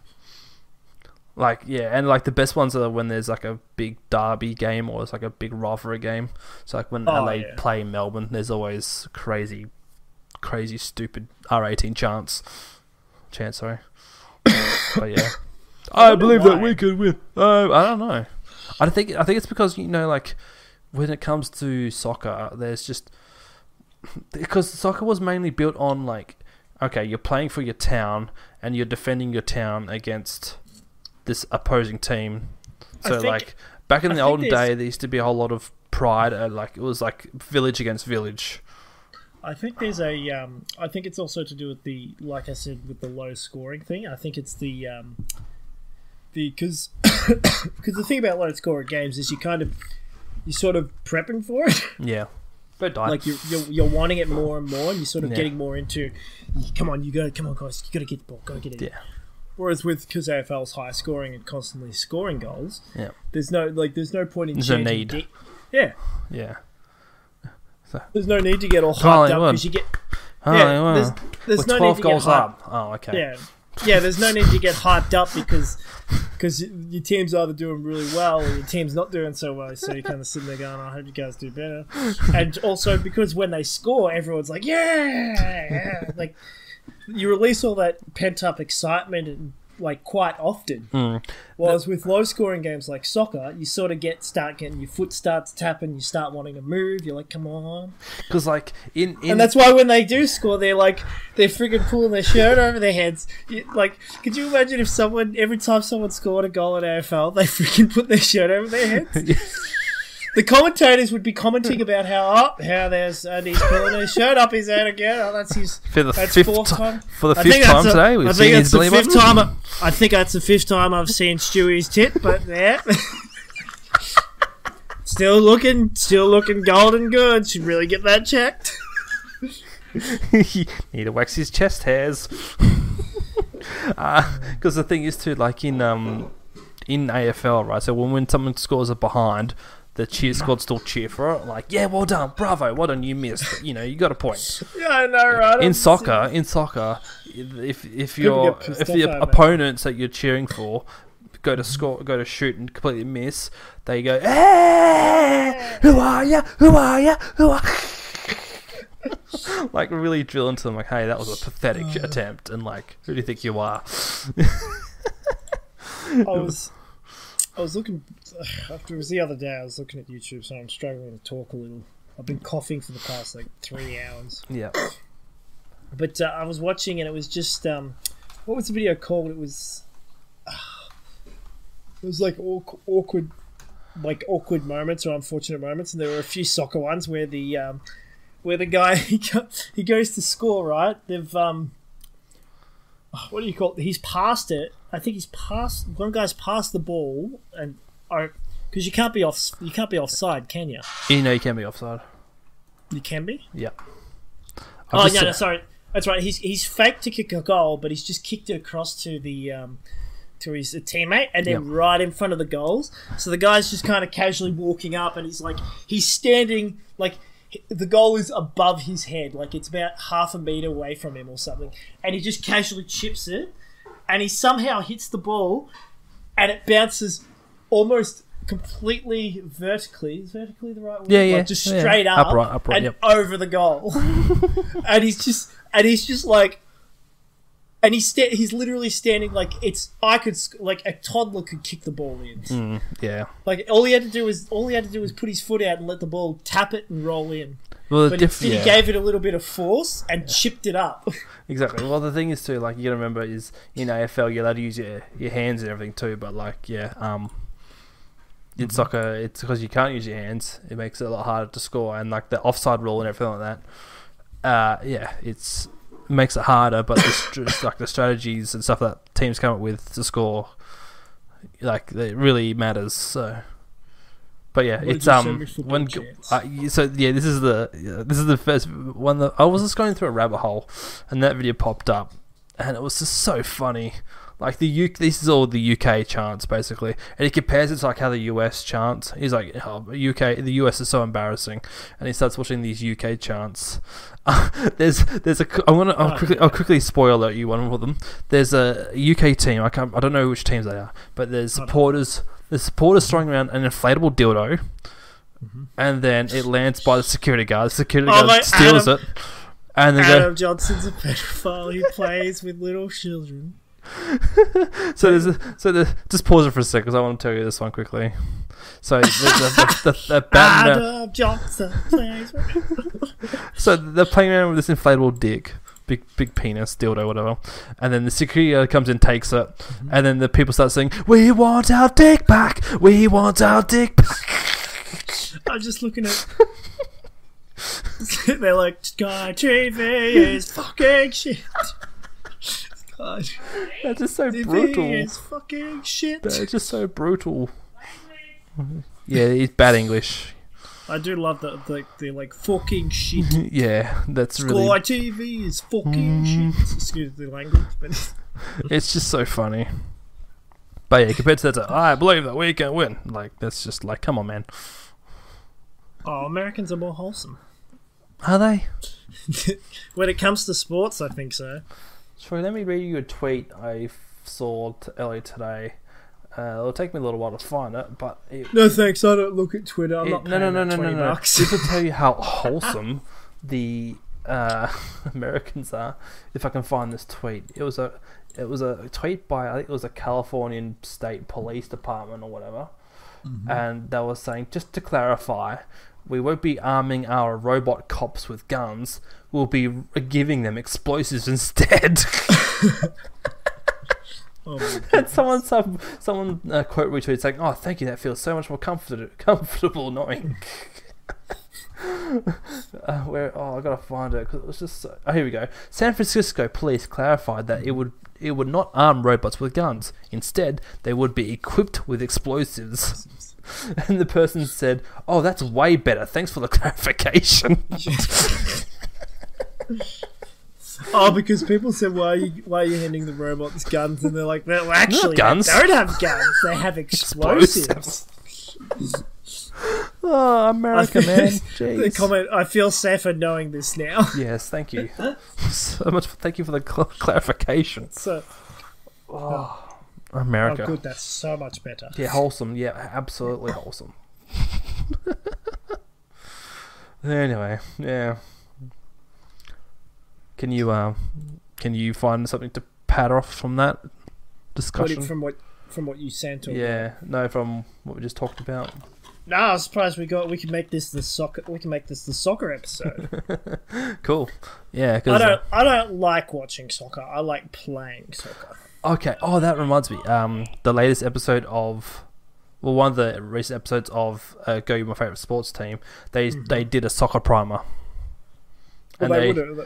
Like yeah, and like the best ones are when there's like a big derby game or it's like a big rivalry game. So like when
Oh,
Adelaide
yeah.
play Melbourne, there's always crazy, crazy stupid R18 chants. Chants, sorry. but yeah, I,
wonder
believe that
why.
we could win. Oh, I don't know. I think I think it's because you know like when it comes to soccer, there's just because soccer was mainly built on like okay, you're playing for your town and you're defending your town against this opposing team.
I
So
think-
like back in
I
the
think
olden
there's-
day, there used to be a whole lot of pride. Uh, like it was like village against village.
I think there's a. Um, I think it's also to do with the, like I said, with the low scoring thing. I think it's the. Um, because because the thing about low scoring games is you kind of you're sort of prepping for it
Yeah, go die.
like you're, you're you're wanting it more and more and you're sort of
Yeah.
getting more into come on you gotta come on guys you gotta get the ball go get it
yeah,
Whereas with because AFL's high scoring and constantly scoring goals,
yeah.
there's no like there's no point in
There's no
chanting
need.
de- Yeah,
Yeah.
there's no need to get all
Carly
hyped up
Wood.
because you get
Oh,
yeah.
wow.
There's, there's
With
no need
12
to
goals
get hyped.
up. Oh, okay.
Yeah, yeah. There's no need to get hyped up because because your team's either doing really well or your team's not doing so well. So you're kind of sitting there going, "I hope you guys do better." And also because when they score, everyone's like, "Yeah!" yeah." Like you release all that pent up excitement and like quite often.
Mm.
Whereas with low scoring games like soccer, you sort of get start getting your foot starts tapping, you start wanting to move. You're like, "Come on!"
Because like in in
And that's why when they do score, they're like they're friggin' pulling their shirt over their heads. You- Like, could you imagine if someone every time someone scored a goal in AFL, they freaking put their shirt over their heads? the commentators would be commenting about how oh, how there's and he's pulling his shirt up his head again. Oh, that's his.
for the
That's
fifth
fourth
ti-
time.
for the
I
fifth
think
time
that's a-
today
I
we've
think
seen his
that's the
belly
fifth
button.
time. I- I think that's the fifth time I've seen Stewie's tit, but yeah. Still looking, still looking golden good. Should really get that checked.
Need to wax his chest hairs. Because the thing is too, like in um in AFL, right? So when when someone scores a behind, the cheer squad still cheer for it. Like, yeah, well done, bravo, well done, you missed. You know, you got a point.
Yeah, I know, right?
In soccer, in soccer, if if your
get pissed
if the
off, I bet.
opponents that you're cheering for go to score, go to shoot and completely miss, they go, "Eh, who are ya? Who are ya? Who are?" like really drill into them, like, "Hey, that was a pathetic
Uh.
attempt," and like, "Who do you think you are?"
I was, I was looking. After it was the other day, I was looking at YouTube, so I'm struggling to talk a little. I've been coughing for the past like three hours.
Yeah,
But uh, I was watching, and it was just um, what was the video called? It was, ah, it was like awk- awkward, like awkward moments or unfortunate moments, and there were a few soccer ones where the um, where the guy he, go- he goes to score right. They've um, ah, what do you call? It? He's passed it. I think he's passed. One guy's passed the ball, and because you can't be off, you can't be offside, can you?
you know you can be offside.
You can be.
Yeah.
Oh
I've just-
yeah, no, sorry, that's right. He's he's faked to kick a goal, but he's just kicked it across to the um, to his teammate, and then
Yeah.
right in front of the goals. So the guy's just kind of casually walking up, and he's like he's standing like h- the goal is above his head, like it's about half a meter away from him or something, and he just casually chips it, and he somehow hits the ball, and it bounces almost. Completely vertically, is vertically the right word?
Yeah,
Like,
yeah,
just
yeah.
straight up,
Upright, upright,
and
yep.
over the goal and he's just and he's just like and he's sta- he's literally standing like it's I could sc- like a toddler could kick the ball in.
Mm, yeah.
Like all he had to do was all he had to do was put his foot out and let the ball tap it and roll in.
Well, the
But
diff-
he,
yeah.
he gave it a little bit of force and chipped it up.
Exactly. Well, the thing is too, like you gotta remember, is in AFL you're allowed to use your your hands and everything too, but like yeah, um, in soccer it's because you can't use your hands, it makes it a lot harder to score, and like the offside rule and everything like that. Uh, yeah, it's it makes it harder, but the str- like the strategies and stuff that teams come up with to score, like it really matters. So, but yeah,
What
it's
is your
um
semi-football
when
chance?
uh, y- so yeah, this is the yeah, this is the first one that I was just going through a rabbit hole, and that video popped up, and it was just so funny. Like the UK, this is all the UK chants basically, and he compares it to like how the US chants. He's like, oh, UK, the US is so embarrassing, and he starts watching these UK chants. there's there's a c- I want to I'll
Oh,
quickly I'll quickly spoil out you one of them. There's a UK team I can't I don't know which teams they are, but there's
I don't-
supporters there's supporters throwing around an inflatable dildo, and then it lands by the security guard. The security
Oh,
guard
mate,
steals
Adam.
it, and they go.
Adam Johnson's a pedophile who plays with little children.
So there's a, so the just pause it for a sec because I want to tell you this one quickly. So the, the, the, the, the Batman-
Ah, Adam Johnson plays with
So they're playing around with this inflatable dick, big big penis, dildo, whatever. And then the security guard comes and takes it, and then the people start saying, "We want our dick back! We want our dick back!"
I'm just looking at. They're like, Sky TV is fucking shit. Sky
That's just so
TV
brutal.
is fucking shit.
That's just so brutal. Yeah, it's bad English.
I do love that the, they're like fucking shit.
Yeah, that's
Sky
Mhm. really. Mhm.
TV is fucking shit. Excuse the language, but
It's just so funny. But yeah, compared to that, it's like, I believe that we can win. Like that's just like, come on, man.
Oh, Americans are more wholesome.
Are they?
When it comes to sports, I think so.
Troy, let me read you a tweet I f- saw t- earlier today. Uh, it'll take me a little while to find it, but it,
No thanks, I don't look at Twitter. I'm
it-
not
no, no, no, no, no,
twenty
no.
bucks.
This will tell you how wholesome the uh, Americans are. If I can find this tweet, it was a it was a tweet by I think it was a Californian State Police Department or whatever,
Mm-hmm.
and they were saying just to clarify. We won't be arming our robot cops with guns. We'll be giving them explosives instead.
Oh my
And someone some someone uh, quote retweeted saying, "Oh, thank you. That feels so much more comfort- comfortable knowing." uh, where oh, I gotta find it because it was just. So, oh, here we go. San Francisco police clarified that it would it would not arm robots with guns. Instead, they would be equipped with explosives. And the person said, "Oh, that's way better. Thanks for the clarification."
Oh, because people said, "Why are you why are you handing the robots guns?" And they're like, "Well, actually,
guns."
they don't have guns. They have explosives."
oh, America, man.
the
Jeez.
comment. I feel safer knowing this now.
Yes, thank you. so much. For, thank you for the cl- clarification.
So, oh,
America.
good. That's so much better.
Yeah, wholesome. Yeah, absolutely wholesome. anyway, yeah. Can you uh, can you find something to pat off from that
Put
discussion?
it from what from what you sent. Or
yeah, no, from what we just talked about.
No, I was surprised we got. We can make this the soccer. We can make this the soccer episode.
Cool. Yeah,
I
because uh,
don't. I don't like watching soccer. I like playing soccer.
Okay. Oh, that reminds me. Um, the latest episode of, well, one of the recent episodes of uh, Go My Favorite Sports Team. They they did a soccer primer.
Mm-hmm. Well,
And
they,
they-
would. uh,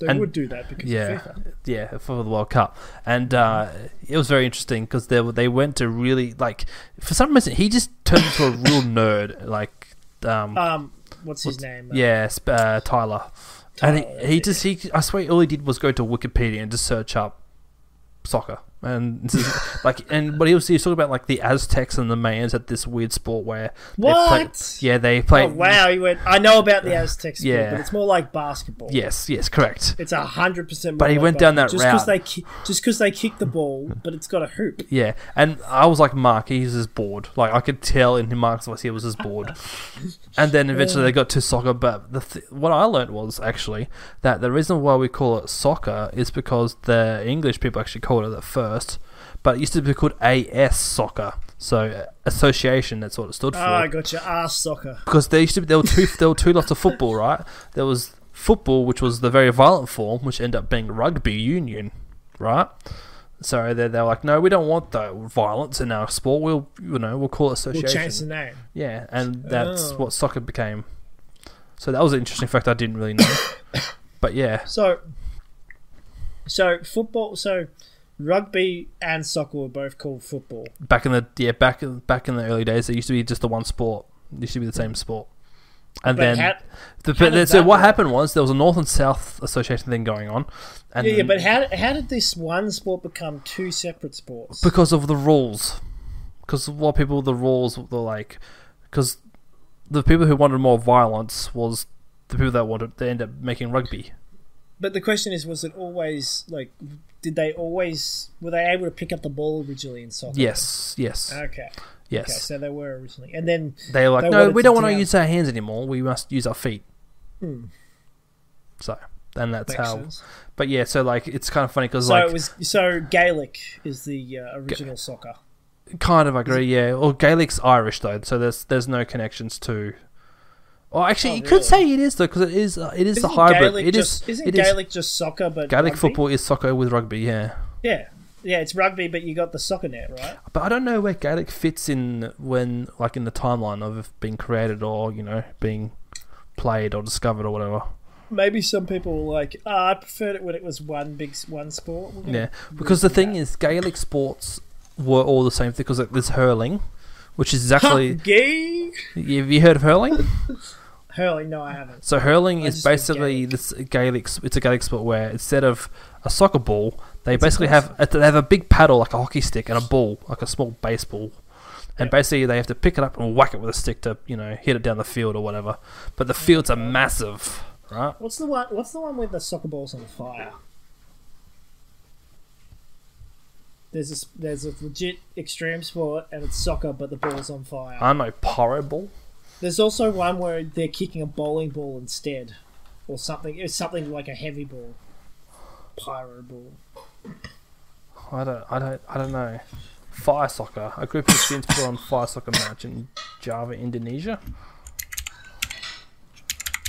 They
and-
would do that because of
Yeah,
FIFA.
yeah, for the World Cup, and uh, it was very interesting because they were- they went to really like for some reason he just turned into a real nerd like um
Um, what's his name?
yeah sp- uh, Tyler.
Tyler,
and he, he just he I swear all he did was go to Wikipedia and just search up soccer and this is- like and but he was he was talking about like the Aztecs and the Mayans at this weird sport where they play-
What?
yeah they play
Oh wow, he went. I know about the Aztecs, yeah,
Yeah.
but it's more like basketball.
yes yes correct
it's a hundred percent.
But he went down that
just
route.
because they ki- just because they kick the ball, but it's got a hoop. Ah,
yeah and I was like Mark he's just bored like I could tell in Mark's voice he was just bored and then eventually they got to soccer but the th- what I learnt was actually that the reason why we call it soccer is because the English people actually called it at first but it used to be called AS soccer so uh, association that's what it stood for
Ah, I got your ass soccer.
because there used to be there were two there were two lots of football, right? There was football, which was the very violent form, which ended up being rugby union, right? So they they're like, no, we don't want the violence in our sport. We'll you know we'll call it
We'll change the
association.
name.
yeah, and that's
Oh.
what soccer became. So that was an interesting fact I didn't really know. but yeah,
So, so football. So rugby and soccer were both called football.
back in the yeah back in back in the early days, it used to be just the one sport. It used to be the same sport. And
But
then
how,
The,
How
but
did
that's- so
that
what
work?
happened was there was a North and South association thing going on, and
yeah, yeah,
then-
but how how did this one sport become two separate sports?
because of the rules, because a lot of people the rules were like, because the people who wanted more violence was the people that wanted they ended up making rugby.
But the question is, was it always like? Did they always were they able to pick up the ball originally in soccer?
Yes, yes,
Uh, Okay. Okay,
yes.
so they were originally, and then
they were like,
they
no,
wanted
we
to
don't want to
down-
use our hands anymore. We must use our feet.
Hmm.
So and that's
makes
how.
sense.
But yeah, so like it's kind of funny because
So
like
it was so Gaelic is the uh, original soccer.
Kind of agree, yeah. Or Gaelic's Irish though, so there's there's no connections to. Or actually,
Oh,
you
really?
could say it is though, because it is uh, it is
Isn't
the hybrid.
Gaelic
It is-
just, Isn't
it is-
Gaelic just soccer, but
Gaelic
rugby?
football is soccer with rugby, yeah.
Yeah, yeah, it's rugby, but you got the soccer net right.
But I don't know where Gaelic fits in when like in the timeline of it being created or you know being played or discovered or whatever.
Maybe some people were like, "Ah, I preferred it when it was one big s- one sport. We're gonna
Yeah, because the
do
thing
that.
is, Gaelic sports were all the same thing because like, there's hurling, which is
Ha,
exactly.
gay
have you heard of hurling?
hurling. No, I haven't.
So hurling
I
is
just think
basically
Gaelic.
this Gaelic. It's a Gaelic sport where instead of a soccer ball, they
a
basically have they have a big paddle like a hockey stick and a ball like a small baseball, And basically, they have to pick it up and whack it with a stick to, you know, hit it down the field or whatever. But the fields are massive, right?
What's the one? What's the one with the soccer balls on fire? There's a s- there's a legit extreme sport and it's soccer, but the ball's on fire.
I know, pyro ball.
There's also one where they're kicking a bowling ball instead, or something. It's something like a heavy ball, pyro ball.
I don't, I don't, I don't know. Fire soccer. A group of students put on fire soccer match in Java, Indonesia.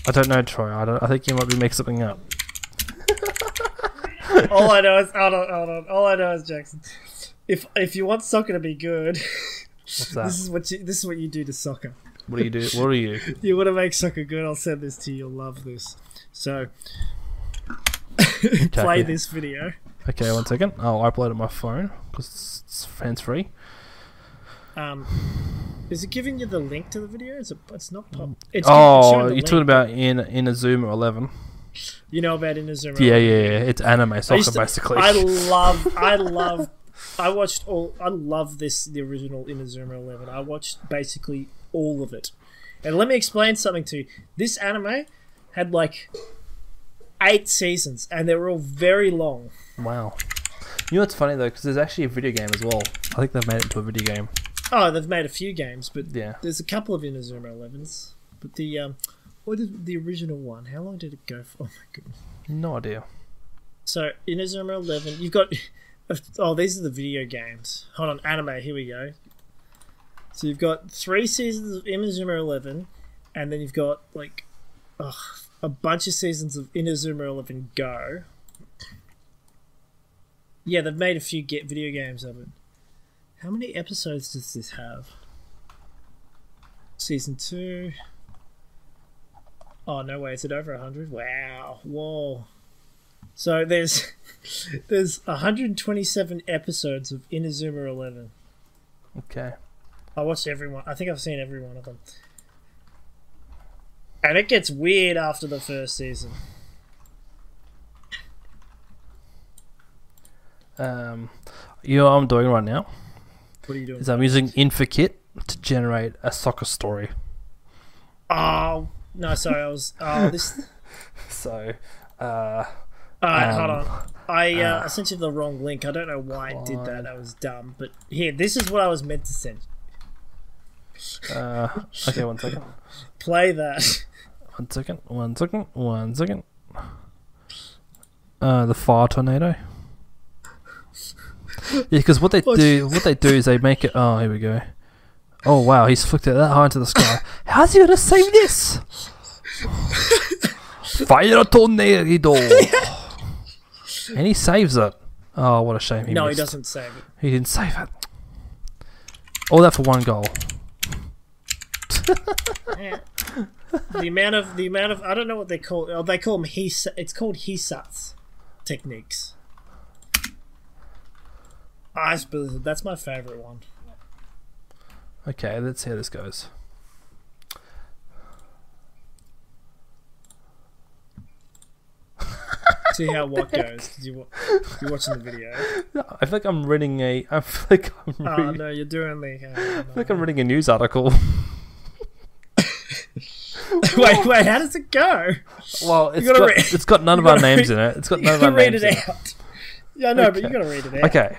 I don't know, Troy. I, don't, I think you might be making something up.
All I know is hold on, hold on. All I know is Jackson. If if you want soccer to be good,
What's
this
that?
is what you this is what you do to soccer.
What do you do? What do you?
You want to make soccer good? I'll send this to you. You'll love this. So play this video.
Okay, one second. I'll upload it on my phone because it's, it's hands free.
Um, is it giving you the link to the video? Is it? It's not pop. It's it's showing
Oh,
the
you're
link.
talking about in in Azuma 11.
You know about Inazuma.
Yeah, yeah, yeah. It's anime
I
soccer
used to-
basically.
I love. I love. I watched all. I love this. The original Inazuma Eleven. I watched basically all of it. And let me explain something to you. This anime had like eight seasons, and they were all very long.
wow. You know what's funny though, because there's actually a video game as well. I think they've made it into a video game.
Oh, they've made a few games, but
Yeah.
there's a couple of Inazuma Elevens. But the um, what is the original one? How long did it go for? Oh my goodness.
No idea.
So Inazuma Eleven, you've got. Oh, these are the video games. Hold on, anime. Here we go. So you've got three seasons of Inazuma Eleven, and then you've got like, ugh, a bunch of seasons of Inazuma Eleven Go. Yeah, they've made a few get video games of it. How many episodes does this have? Season two. Oh no way! Is it over hundred? Wow! Whoa! So there's there's 127 episodes of Inazuma Eleven.
Okay.
I watched every one. I think I've seen every one of them. And it gets weird after the first season.
Um, you know what I'm doing right now
What are you doing?
is I'm using Infikit to generate a soccer story.
oh no! Sorry, I was. Oh, this.
So, uh,
All right,
Um,
hold on. I uh, I sent you the wrong link. I don't know why it did that. That was dumb. But here, this is what I was meant to send.
uh, okay, one second,
Play that.
one second, one second, one second. Uh, the fire tornado. Yeah, because what they
What?
do, what they do is they make it. Oh, here we go. Oh wow, he's flicked it that high into the sky. How's he gonna save this? Fire tornado. and he saves it. Oh, what a shame. He
no, he
missed.
doesn't save it.
He didn't save it. All that for one goal.
Yeah. the amount of the amount of I don't know what they call oh, they call them his it's called hisats techniques. Ice blizzard. That's my favorite one.
Okay, let's see how this goes.
See how what goes. 'cause You, wa- you're watching the video.
I feel like I'm reading a. I feel like I'm reading.
Oh no, you're doing the. Uh,
I feel like I'm reading a news article.
wait, wait. How does it go?
Well, it's
gotta
got,
re-
it's got none of
you
our
gotta
names
re-
in it. It's got
You
none of
gotta
our
read
names.
it
in
out. Yeah, no, but you
Okay.
gotta read it out.
Okay,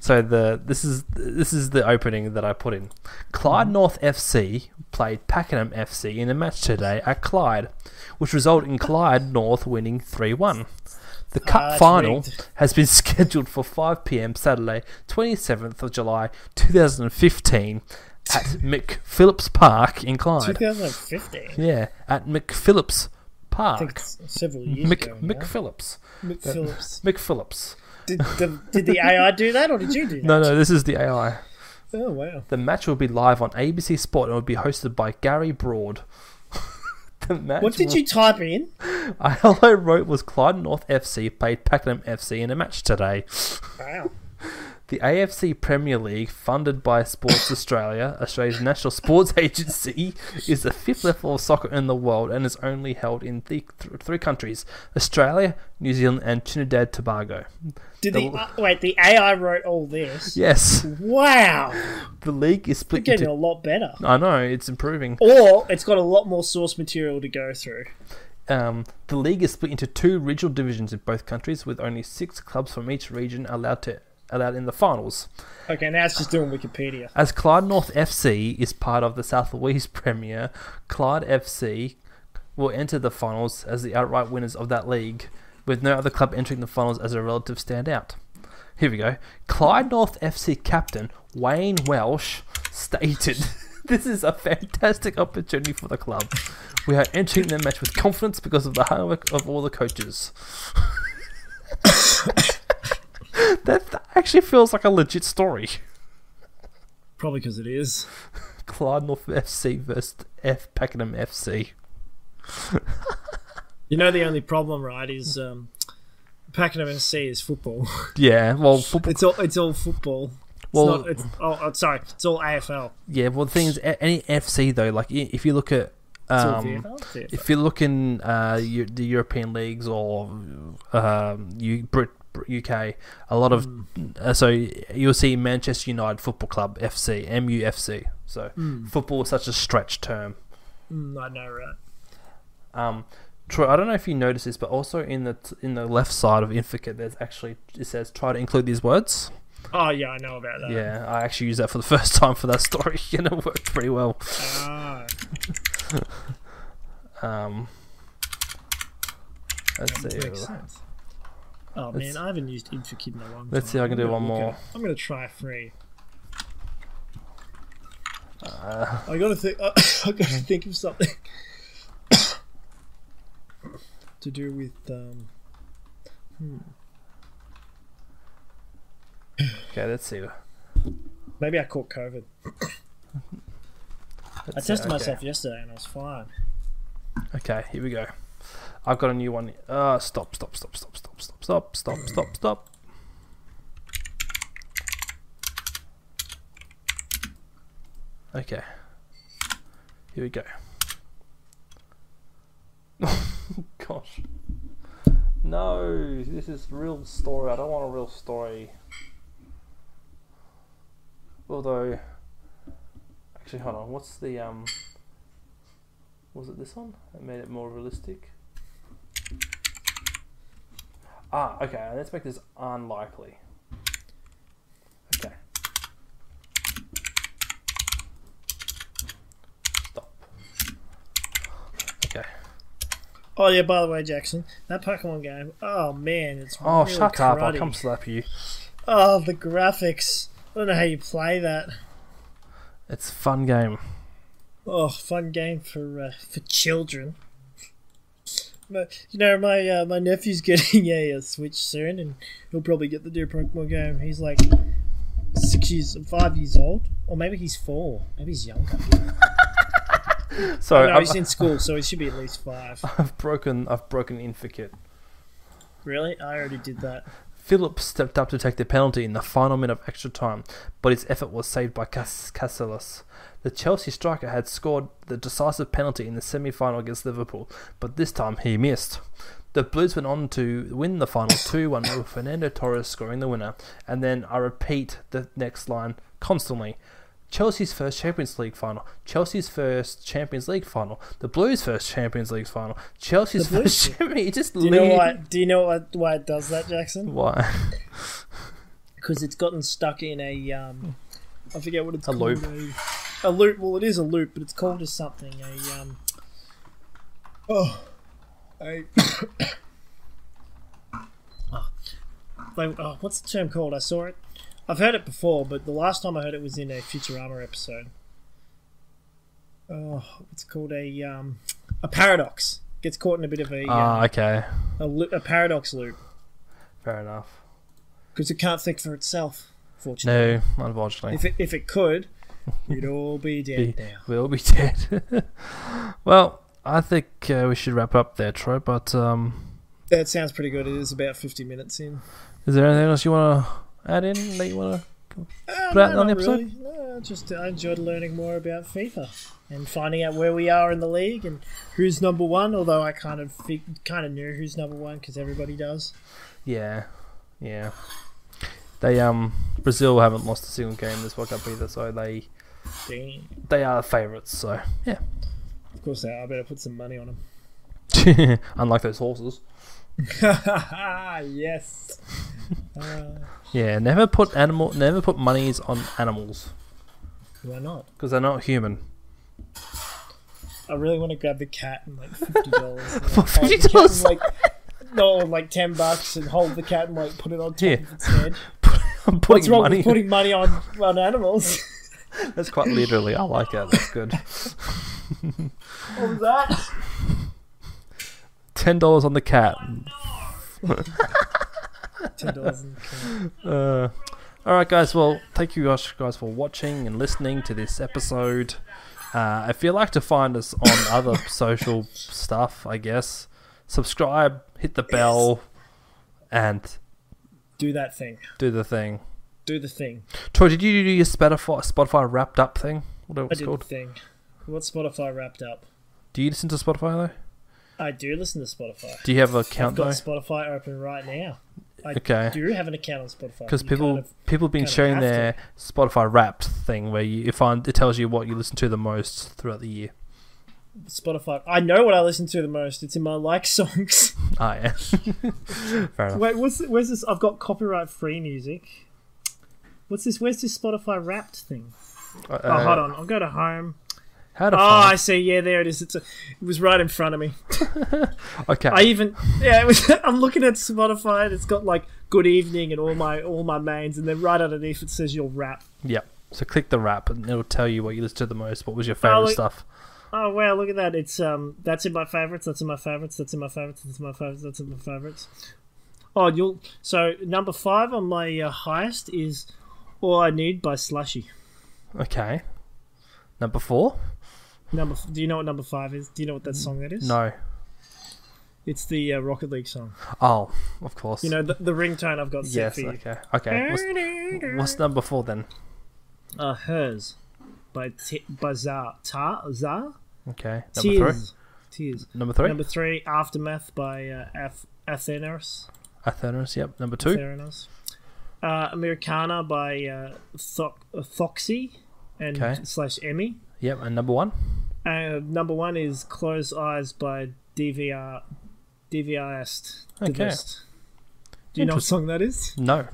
so the this is this is the opening that I put in. Clyde North FC played Pakenham FC in a match today at Clyde, which resulted in Clyde North winning three one. The cup
Uh, it's
final
Ah, rigged.
has been scheduled for 5 p.m. Saturday, 27th of July, 2015, at McPhillips Park in Clyde.
2015.
Yeah, at McPhillips
I think
Park.
it's several years
Mc,
ago. now.
McPhillips.
Mick Phillips.
McPhillips.
Did, did, did the AI do that, or did you do that?
No, no, this is the AI.
Oh wow.
The match will be live on ABC Sport and will be hosted by Gary Broad. the match
What did
will-
you type in?
I all I wrote was Clyde North FC played Pakenham FC in a match today.
Wow.
The AFC Premier League, funded by Sports Australia, Australia's national sports agency, is the fifth level of soccer in the world and is only held in th- th- three countries Australia, New Zealand, and Trinidad Tobago.
Did the, uh, wait, the AI wrote all this?
Yes,
Wow,
the league is split
getting a
into.
lot better.
I know, it's improving.
Or it's got a lot more source material to go through.
Um, the league is split into two regional divisions in both countries, with only six clubs from each region allowed to allowed in the finals.
Okay, now it's just doing Wikipedia.
As Clyde North FC is part of the South West Premier, Clyde FC will enter the finals as the outright winners of that league, with no other club entering the finals as a relative standout. Here we go. Clyde North FC captain Wayne Welsh stated, "This is a fantastic opportunity for the club. We are entering the match with confidence because of the hard work of all the coaches." that that actually feels like a legit story.
Probably because it is.
Clyde North FC versus F Pakenham FC.
You know, the only problem, right, is um, Pakenham FC is football.
Yeah, well, football,
It's all it's all football. It's
Well-
not, it's, oh, oh, sorry, it's all AFL.
yeah. Well, the thing is, a- any FC though, like i- if you look at,
It's all
um,
VFL. VFL.
if you look in uh, Eu- the European leagues or um, U- Brit, Brit- UK, a lot of
Hmm.
uh, so you'll see Manchester United Football Club FC, MUFC. So football is such a stretch term.
Mm, Hmm. I know, right?
Um, Troy, I don't know if you noticed this, but also in the t- in the left side of Inficate, there's actually it says try to include these words.
Oh yeah, I know about that.
Yeah, I actually used that for the first time for that story, and it worked pretty well.
Ah,
Um, let's
that makes
see.
sense. Oh
Let's-
man, I haven't used InfoKid in a long time.
let's see if I can do
I'm gonna
one
look
more.
at- I'm gonna try free.
Uh,
I gotta think. I gotta think of something to do with. Um,
okay, let's see. Let's
maybe I caught COVID. I
see,
tested
okay.
myself yesterday and I was fine.
Okay, here we go. I've got a new one. Uh, stop, stop, stop, stop, stop, stop, stop, stop, stop, stop. Okay. Here we go. Gosh. No, this is real story. I don't want a real story. Although, actually, hold on. What's the um? Was it this one that made it more realistic? Ah, okay, let's make this unlikely. Okay. Stop. Okay.
Oh yeah, by the way, Jackson, that Pokemon game. Oh man, it's
Oh,
real
shut up. I'll
cruddy.
come slap you.
Oh, the graphics. I don't know how you play that.
It's a fun game.
Oh, fun game for uh, for children. But you know, my uh, my nephew's getting a, a Switch soon, and he'll probably get the new Pokemon game. He's like six years, five years old, or maybe he's four. Maybe he's younger.
So
no,
I've,
he's in school, so he should be at least five.
I've broken. I've broken Inficate.
Really? I already did that.
Phillips stepped up to take the penalty in the final minute of extra time, but his effort was saved by Cas- Casillas. The Chelsea striker had scored the decisive penalty in the semi final against Liverpool, but this time he missed. The Blues went on to win the final 2 1 with Fernando Torres scoring the winner, and then I repeat the next line constantly. Chelsea's first Champions League final, Chelsea's first Champions League final, the Blues' first Champions League final, Chelsea's
The Blues-
first Champions League. Just
Do you know
leave-
why? Do you know why, why it does that, Jackson?
Why?
Because it's gotten stuck in a um, I forget what it's
A
called.
loop.
A, a loop. Well, it is a loop, but it's called as something. A um, oh, a. oh, like, oh, what's the term called? I saw it. I've heard it before, but the last time I heard it was in a Futurama episode. Oh, it's called a um, a paradox. Gets caught in a bit of a
Ah,
um,
okay.
a, loo- a paradox loop.
Fair enough.
because it can't think for itself. Fortunately,
No, unfortunately.
if it, if it could, we'd all be dead
Be-
now.
We'll be dead. well, I think uh, we should wrap up there, Troy. But um,
That sounds pretty good. It is about fifty minutes in.
is there anything else you want add in that you want to
Uh,
put out
no,
on the
not
episode?
really. No, just I enjoyed learning more about FIFA and finding out where we are in the league and who's number one. Although I kind of fi- kind of knew who's number one because everybody does.
Yeah, yeah. They um Brazil haven't lost a single game this World Cup either, so they
Dang.
they are favourites. So yeah,
Of course, I I better put some money on him.
unlike those horses.
yes. Uh,
Yeah, never put animal, never put monies on animals
why not?
because they're not human.
I really want to grab the cat and like fifty dollars.
For $50?
like no, like ten bucks, and hold the cat and like put it on top
Yeah.
of its head.
I'm
What's
putting
wrong
money.
with putting money on on animals?
That's quite literally. I like that. That's good.
what was that?
Ten dollars on the cat.
Ten dollars. in the cat.
Uh, all right, guys. Well, thank you guys, guys for watching and listening to this episode. Uh, if you like to find us on other social stuff, I guess subscribe, hit the bell, and
Do that thing.
do the thing.
Do the thing.
Troy, did you do your Spotify Spotify wrapped up thing? Whatever
I
it's
did
called.
the thing. What Spotify wrapped up?
Do you listen to Spotify though?
I do listen to Spotify.
Do you have an
I've
account
got
though?
Spotify open right now. I
Okay.
do have an account on Spotify
Because
You
people
kind of-
people have been
kind of
sharing
have to.
their Spotify Wrapped thing where you, you find it tells you what you listen to the most throughout the year.
Spotify. I know what I listen to the most. It's in my like songs.
Ah yeah, fair enough.
Wait, what's th- where's this? I've got copyright free music. What's this? Where's this Spotify Wrapped thing?
Uh,
oh, hold on. I'll go to home.
How to
Oh,
find?
I see. Yeah, there it is. It's a, it was right in front of me.
okay.
I even yeah. It was, I'm looking at Spotify. and It's got like good evening and all my all my mains, and then right underneath it says your rap.
Yep. So click the wrap and it'll tell you what you listen to the most. What was your favorite
like-
stuff?
Oh wow, look at that. It's um that's in my favorites, that's in my favorites, that's in my favorites, that's in my favorites, that's in my favorites. Oh, you'll so number 5 on my uh, highest is All I Need by Slushy.
Okay. Number four?
Number f- Do you know what number 5 is? Do you know what that song that is?
No.
It's the uh, Rocket League song.
Oh, of course.
You know the, the ringtone I've got set
Yes.
for you.
Okay. Okay. What's, what's number four then?
uh, hers by t- by Za Ta Za
Okay. Number
Tears.
three.
Tears.
Number three.
Number 3 Aftermath by uh, Af- Athenaris.
Athena's. Yep. Number two.
Theranos. Uh, Americana by uh, Tho- uh, Thoxy and
Okay.
slash Emmy.
Yep. And number one.
Uh, number one is Closed Eyes by DVR DVRist.
Okay.
Divest. Do you know what song that is?
No.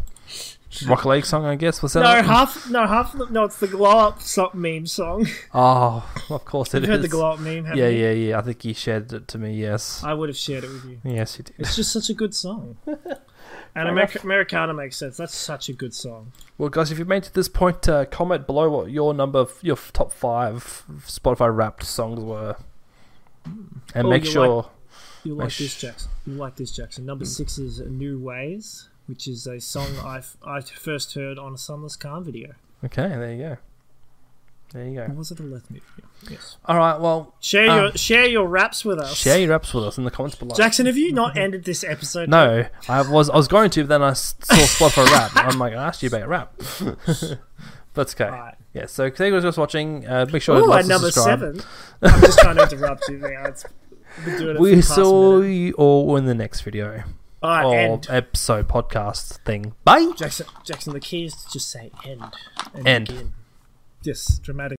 Rock League song, I guess. Was that?
No,
it?
half. No, half. No, it's the glow up so- meme song.
Oh, of course it
You've
is.
heard the glow up meme, haven't
yeah,
you?
yeah, yeah. I think you shared it to me. Yes.
I would have shared it with you.
Yes, you did.
It's just such a good song. And
enough.
America- Americana makes sense. That's such a good song.
Well, guys, if you've made it to this point, uh, comment below what your number, f- your f- top five Spotify wrapped songs were, and
Oh,
make
you
sure.
You like
sh-
this, Jackson? You like this, Jackson?
Mm.
Number six is "New Ways," which is a song I f- I first heard on a Sunless Khan video.
Okay, there you go. There you
Or
go.
was it a Left Me video? Yes.
All right. Well,
Share
Um,
your share your raps with us.
share your raps with us in the comments below.
Jackson, have you not ended this episode?
No, I was I was going to, but then I s- saw Spotify rap. I'm like, I asked you about your rap. That's okay.
Alright.
Yeah. So thank you guys for just watching. Uh, make sure
Ooh,
to like
at
and
number
subscribe.
seven. I'm just trying to interrupt you now. It's, we're doing it
We
for the past
saw Oh.
minute.
you all in the next video
All right,
or
end.
episode podcast thing. Bye.
Jackson, Jackson, the key is to just say end.
End.
begin. Yes, dramatic.